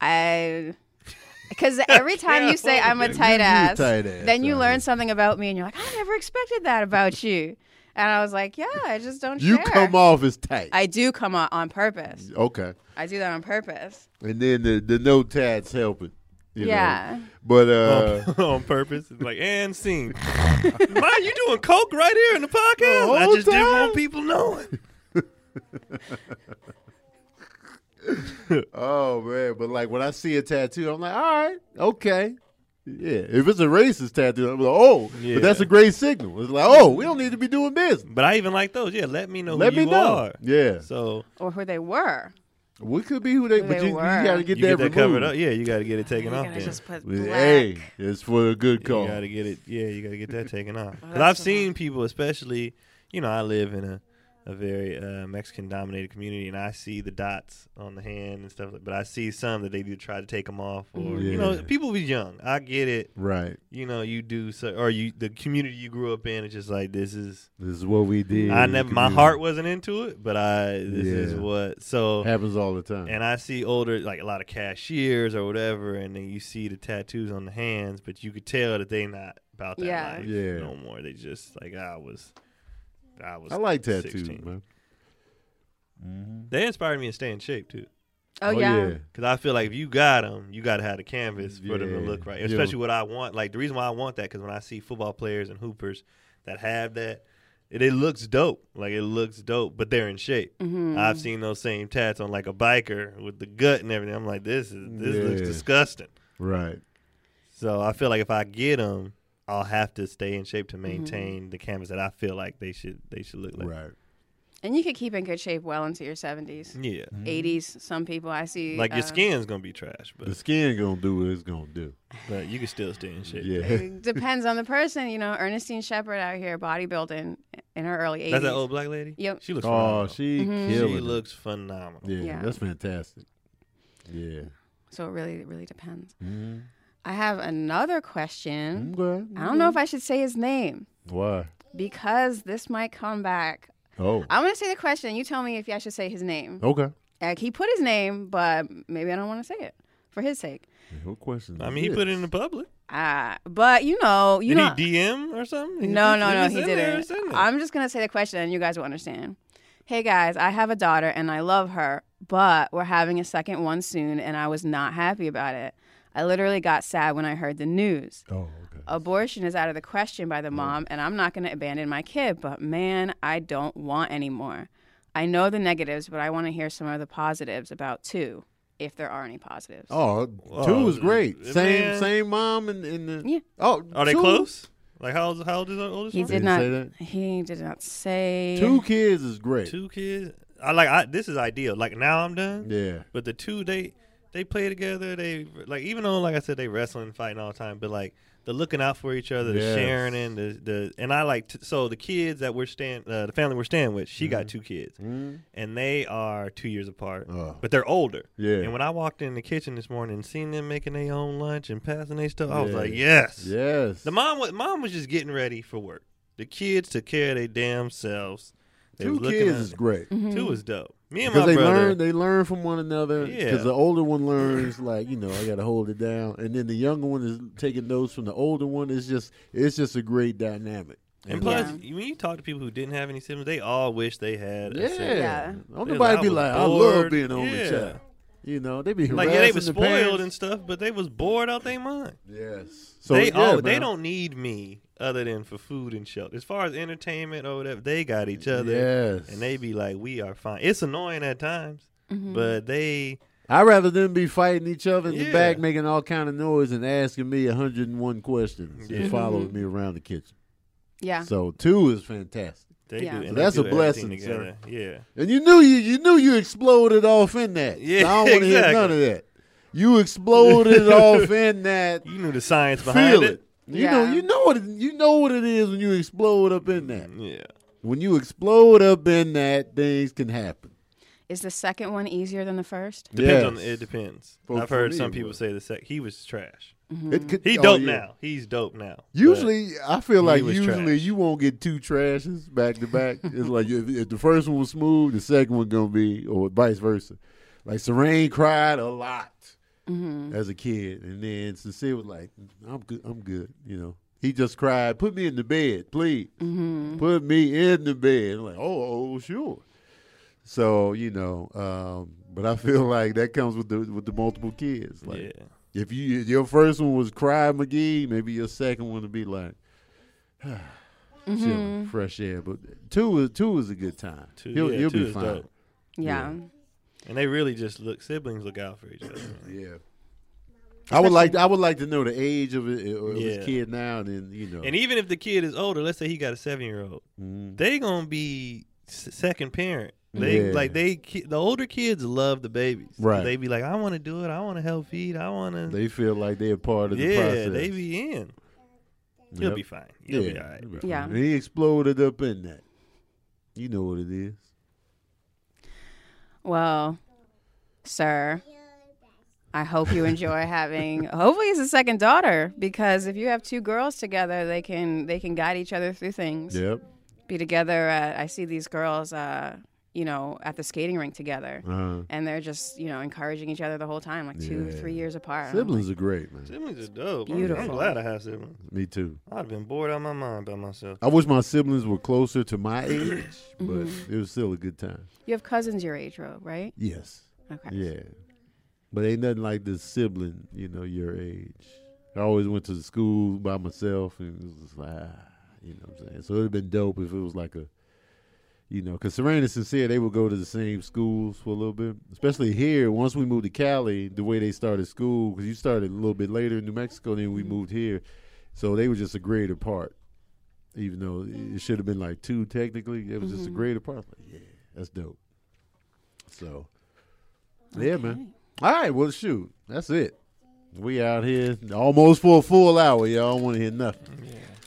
S3: I because
S1: [laughs]
S3: every time you say I'm a tight
S1: You- you
S3: ass,
S1: tight ass,
S3: then you
S1: I
S3: learn
S1: mean.
S3: something about me, and you're like, I never expected that about you. And I was like, Yeah, I just don't.
S1: You
S3: share.
S1: come off as tight.
S3: I do come on on purpose.
S1: okay,
S3: I do that on purpose.
S1: and then the the no tats helping. you know.
S3: yeah.
S1: but uh,
S2: [laughs] on purpose. It's Like, and [laughs] scene. Ma, you doing coke right here in the podcast?
S1: The
S2: I
S1: whole
S2: just didn't
S1: time?
S2: want people knowing.
S1: [laughs] oh man, but like when I see a tattoo, I'm like, all right, okay. Yeah, if it's a racist tattoo, I'm like, oh,
S2: Yeah.
S1: but that's a great signal. It's like, oh, we don't need to be doing business.
S2: But I even like those. Yeah, let me know
S1: Let
S2: who
S1: me
S2: you
S1: know.
S2: are.
S1: Yeah,
S2: So
S3: Or who they were.
S1: we could be who they,
S3: Who
S1: but you,
S3: they
S1: you
S3: were.
S1: got to get
S2: you
S1: that
S2: get that covered
S1: removed.
S2: up. Yeah, you got to get it taken
S3: You
S2: off.
S3: gotta
S2: Then.
S3: just put
S1: With-
S3: black.
S1: Hey, it's for a good
S2: You
S1: call.
S2: got to get it. Yeah, you got to get that taken off. Because
S3: that's
S2: I've
S3: so
S2: seen people, especially, you know, I live in a, a very uh, Mexican dominated community, and I see the dots on the hand and stuff. like- But I see some that they do try to take them off,
S3: Mm-hmm.
S2: or you know,
S1: Yeah.
S2: people be young. I get it.
S1: Right.
S2: You know, you do so, or you the community you grew up in. It's just like this is.
S1: This is what we did.
S2: I
S1: in the
S2: never. My
S1: community.
S2: heart wasn't into it, but I. This is
S1: Yeah.
S2: what. So
S1: happens all the time.
S2: and I see older, like a lot of cashiers or whatever, and then you see the tattoos on the hands, but you could tell that they not about that
S3: Yeah.
S2: life
S1: Yeah.
S2: no more. They just like I was, I was.
S1: I like
S2: 16.
S1: tattoos, man.
S2: They inspired me to stay in shape too,
S3: Oh, yeah.
S2: because I feel like if you got them, you got to have the canvas for them to
S1: Yeah.
S2: look right.
S1: Yeah.
S2: Especially what I want, like the reason why I want that, because when I see football players and hoopers that have that, it, it looks dope. Like it looks dope, but they're in shape.
S3: Mhm.
S2: I've seen those same tats on like a biker with the gut and everything. I'm like, this is this looks
S1: Yeah.
S2: disgusting.
S1: Right.
S2: So I feel like if I get them, I'll have to stay in shape to maintain the canvas that I feel like they should they should look like.
S1: Right.
S3: And you could keep in good shape well into your 70s,
S2: Yeah,
S3: 80s. Some people I see.
S2: Mm-hmm. like your
S3: uh,
S2: skin's gonna be trash,
S1: The
S2: but
S1: skin gonna do what it's gonna do.
S2: but you can still stay in
S1: [laughs]
S2: shape.
S1: Yeah.
S3: It [laughs] depends on the person. You know, Ernestine Shepherd out here bodybuilding in her early 80s.
S2: That's that old black lady.
S3: Yep.
S2: she looks.
S1: Oh,
S2: phenomenal.
S1: she
S3: Mhm.
S2: she
S1: killing. it.
S2: looks phenomenal.
S1: Yeah,
S3: Yeah.
S1: that's fantastic. Yeah.
S3: So it really, it really depends.
S1: Mm-hmm.
S3: I have another question.
S1: Okay.
S3: Mm-hmm. I
S2: Mm-hmm.
S3: don't know if I should say his name
S1: Why?
S3: because this might come back.
S1: Oh.
S3: I'm going to say the question. You tell me if I should say his
S2: Oh.
S3: name.
S1: Okay.
S3: Like he put his name, but maybe I don't want to say it for his sake.
S1: No question.
S2: I mean, he put it in the public.
S3: Uh, but you know, you
S2: Did
S3: know.
S2: he DM or something? He
S3: No,
S2: just-
S3: no, no,
S2: it's
S3: he
S2: in there,
S3: didn't.
S2: it's in there.
S3: I'm just gonna say the question, and you guys will understand. Hey guys, I have a daughter, and I love her, but we're having a second one soon, and I was not happy about it. I literally got sad when I heard the news.
S1: Oh, okay.
S3: Abortion is out of the question by the mom, and I'm not gonna abandon my kid, but man, I don't want anymore. I know the negatives, but I want to hear some of the positives about too, if there are any positives.
S1: Oh,
S2: Oh,
S1: two is great.
S2: man.
S1: Same, same mom and, and the.
S3: Yeah.
S1: Oh,
S2: Are they
S1: two?
S2: close? Like how old, how old is the oldest
S3: He
S2: one?
S3: did
S1: Didn't
S3: not.
S1: say that?
S3: He did not say.
S1: Two kids is great.
S2: Two kids. I like. I, this is ideal. Like now I'm done.
S1: Yeah.
S2: But the two they they play together. They like even though like I said they wrestling, fighting all the time. But like the looking out for each other,
S1: Yes.
S2: the sharing, and the the and I like to, so the kids that we're staying, uh, the family we're staying with. She
S1: Mm-hmm.
S2: got two kids,
S1: Mm.
S2: and they are two years apart,
S1: Oh.
S2: but they're older.
S1: Yeah.
S2: And when I walked in the kitchen this morning and seen them making their own lunch and passing their stuff, I was
S1: Yeah.
S2: like, yes,
S1: Yes.
S2: the mom was mom was just getting ready for work. The kids took care of their damn selves. They
S1: two
S2: was looking
S1: kids
S2: out-
S1: is great.
S3: Mhm.
S2: Two is dope. Me and my
S1: Because they
S2: brother.
S1: learn, they learn from one another.
S2: Yeah.
S1: Because the older one learns, like you know, I gotta hold it down, and then the younger one is taking notes from the older one. It's just, it's just a great dynamic.
S2: And
S3: Yeah.
S2: plus, when you talk to people who didn't have any siblings, they all wish they had.
S1: Yeah.
S2: A sibling.
S3: Yeah.
S1: Don't
S2: They was
S1: nobody
S2: like,
S1: be
S2: I was
S1: like, I love
S2: bored.
S1: being the only
S2: Yeah.
S1: child. You know, they be harassing
S2: Like yeah, they was
S1: the
S2: spoiled
S1: parents.
S2: and stuff, but they was bored out their mind.
S1: yes. So
S2: So they
S1: yeah,
S2: all they
S1: man.
S2: don't need me other than for food and shelter. As far as entertainment or whatever, they got each other.
S1: Yes.
S2: And they be like, we are fine. It's annoying at times, but they
S1: I'd rather them be fighting each other in the
S2: Yeah.
S1: back, making all kind of noise, and asking me 101 questions
S2: Yeah.
S1: and following me around the kitchen.
S3: Mm-hmm. Yeah.
S1: So two is fantastic,
S2: they
S3: Yeah.
S2: do.
S3: So
S2: and
S1: that's
S2: they
S1: a
S2: do everything
S1: blessing, sir.
S2: together. Yeah,
S1: and you knew you you knew you exploded off in that.
S2: Yeah,
S1: So I don't want to hear
S2: exactly.
S1: none of that. You
S2: [laughs]
S1: exploded off in that.
S2: you knew the science behind
S1: Feel it. You know,
S3: Yeah.
S1: you know what it, you know what it is when you explode up in that.
S2: Yeah,
S1: When you explode up in that, things can happen.
S3: Is the second one easier than the first?
S2: depends
S1: Yes.
S2: on it depends.
S1: For-
S2: I've
S1: for
S2: heard
S1: me,
S2: some
S1: it
S2: people
S1: was.
S2: say the sec he was trash.
S1: It could,
S2: He
S1: oh,
S2: dope
S1: yeah.
S2: now. He's dope now. but-
S1: Usually, I feel
S2: He
S1: like
S2: was
S1: usually
S2: trash.
S1: you won't get two trashes back to back. It's like if, if the first one was smooth, the second one gonna be, or vice versa. Like Serene cried a lot as a kid, and then Sincere was like, "I'm good, I'm good," you know. He just cried, "Put me in the bed, please. Put me in the bed." I'm like, oh, oh, sure. So you know, um, but I feel like that comes with the with the multiple kids. Like,
S2: yeah.
S1: if you your first one was Cry McGee, maybe your second one would be like [sighs] chilling, fresh air. But two is two is a good time.
S2: Two,
S1: He'll-
S2: yeah,
S1: you'll
S2: two
S1: be
S2: is
S1: fine.
S2: dope.
S3: Yeah.
S2: And they really just look siblings look out for each other.
S1: Yeah. I would like I would like to know the age of, it, of
S2: Yeah.
S1: his kid now, and then you know.
S2: And even if the kid is older, let's say he got a seven year old,
S1: Mhm.
S2: they gonna be s- second parent. They
S1: Yeah.
S2: like they ki- the older kids love the babies.
S1: Right.
S2: They be like, I want to do it. I want to help feed. I want to.
S1: they feel like they're part of the
S2: Yeah.
S1: process.
S2: they be in. He'll
S1: Yep.
S2: be fine. He'll
S1: yeah.
S2: be all right.
S1: he'll be
S3: Yeah.
S1: fine. And he exploded up in that. You know what it is.
S3: Well, sir, I hope
S1: [laughs]
S3: you enjoy having. Hopefully, it's a second daughter because if you have two girls together, they can they can guide each other through things.
S1: Yep.
S3: Be together. At, I see these girls, uh, you know, at the skating rink together,
S1: Uh-huh.
S3: and they're just you know encouraging each other the whole time, like two,
S1: Yeah.
S3: three years apart. I'm
S1: Siblings are great, man.
S2: Siblings are dope.
S3: Beautiful.
S2: I'm glad I have siblings.
S1: Me too.
S2: I'd have been bored out of my mind by myself.
S1: I wish my siblings were closer to my age, but it was still a good time.
S3: like, You have cousins your age, Ro, right?
S1: Yes.
S3: Okay.
S1: Yeah. But ain't nothing like the sibling, you know, your age. I always went to school by myself and it was just like, ah, you know what I'm saying? So it would have been dope if it was like a, you know, because Serena and Sincere, they would go to the same schools for a little bit. Especially here, once we moved to Cali, the way they started school, because you started a little bit later in New Mexico than we moved here. So they were just a grade apart, even though it should have been like two technically. It was just a grade apart. Like, yeah, that's dope. So, yeah, man. All right, well, shoot, that's it. We out here almost for a full hour. Y'all don't want to hear nothing.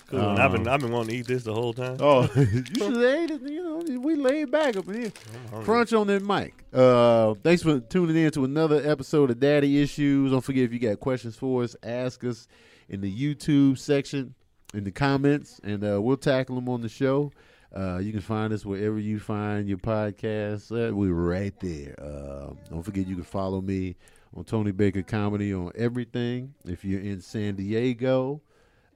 S2: Cool. and I've been I've been wanting to eat this the whole time.
S1: Oh, [laughs] you should have ate it. You know, we laid back up in here. Crunch on that mic. Uh, thanks for tuning in to another episode of Daddy Issues. Don't forget if you got questions for us, ask us in the YouTube section in the comments, and uh, we'll tackle them on the show. Uh, you can find us wherever you find your podcast. Uh, we're right there. Uh, don't forget you can follow me on Tony Baker Comedy on everything. If you're in San Diego,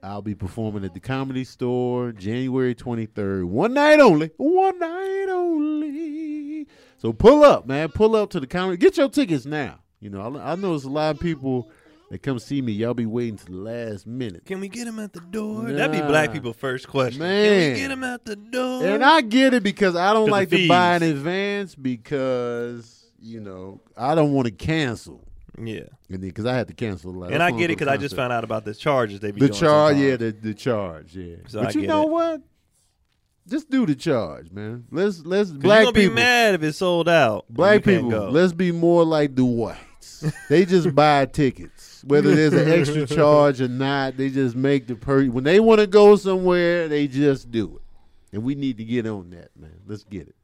S1: I'll be performing at the Comedy Store January 23rd. One night only. One night only. So pull up, man. Pull up to the comedy. Get your tickets now. You know, I, I know there's a lot of people that come see me. Y'all be waiting to the last minute.
S2: Can we get him at the door? That'd be black
S1: Nah.
S2: people first question. Can
S1: Man.
S2: we get him at the door?
S1: And I get it because I don't
S2: the
S1: like to buy in
S2: fees.
S1: advance because, you know, I don't want to cancel.
S2: yeah.
S1: And because I had to cancel a lot.
S2: And I get it because I just found out about the charges they be
S1: the
S2: doing
S1: charge,
S2: sometimes.
S1: yeah, the, the charge, yeah.
S2: So
S1: but
S2: I
S1: you
S2: get
S1: know
S2: it.
S1: what? Just do the charge, man. Let's let's
S2: 'Cause you
S1: black
S2: gonna be
S1: people,
S2: mad if it's sold out. and
S1: black
S2: you can't
S1: people.
S2: go.
S1: Let's be more like the whites. they
S2: [laughs]
S1: just buy tickets, whether there's an extra charge or not. They just make the per. When they want to go somewhere, they just do it, and we need to get on that, man. Let's get it.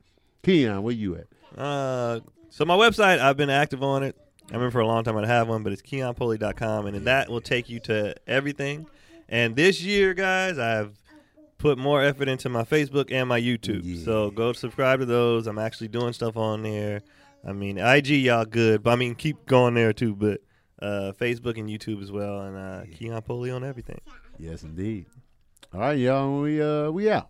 S1: Keon, where you at?
S2: Uh, so my website, I've been active on it. I've been for a long time. I have one, but it's keonpoly.com, and then that will take you to everything. And this year, guys, I've put more effort into my Facebook and my YouTube.
S1: Yeah.
S2: So go subscribe to those. I'm actually doing stuff on there. I mean, IG y'all good, but I mean, keep going there too. But uh, Facebook and YouTube as well, and uh, Keon Poly on everything.
S1: Yes, indeed. All right, y'all. We uh, we out.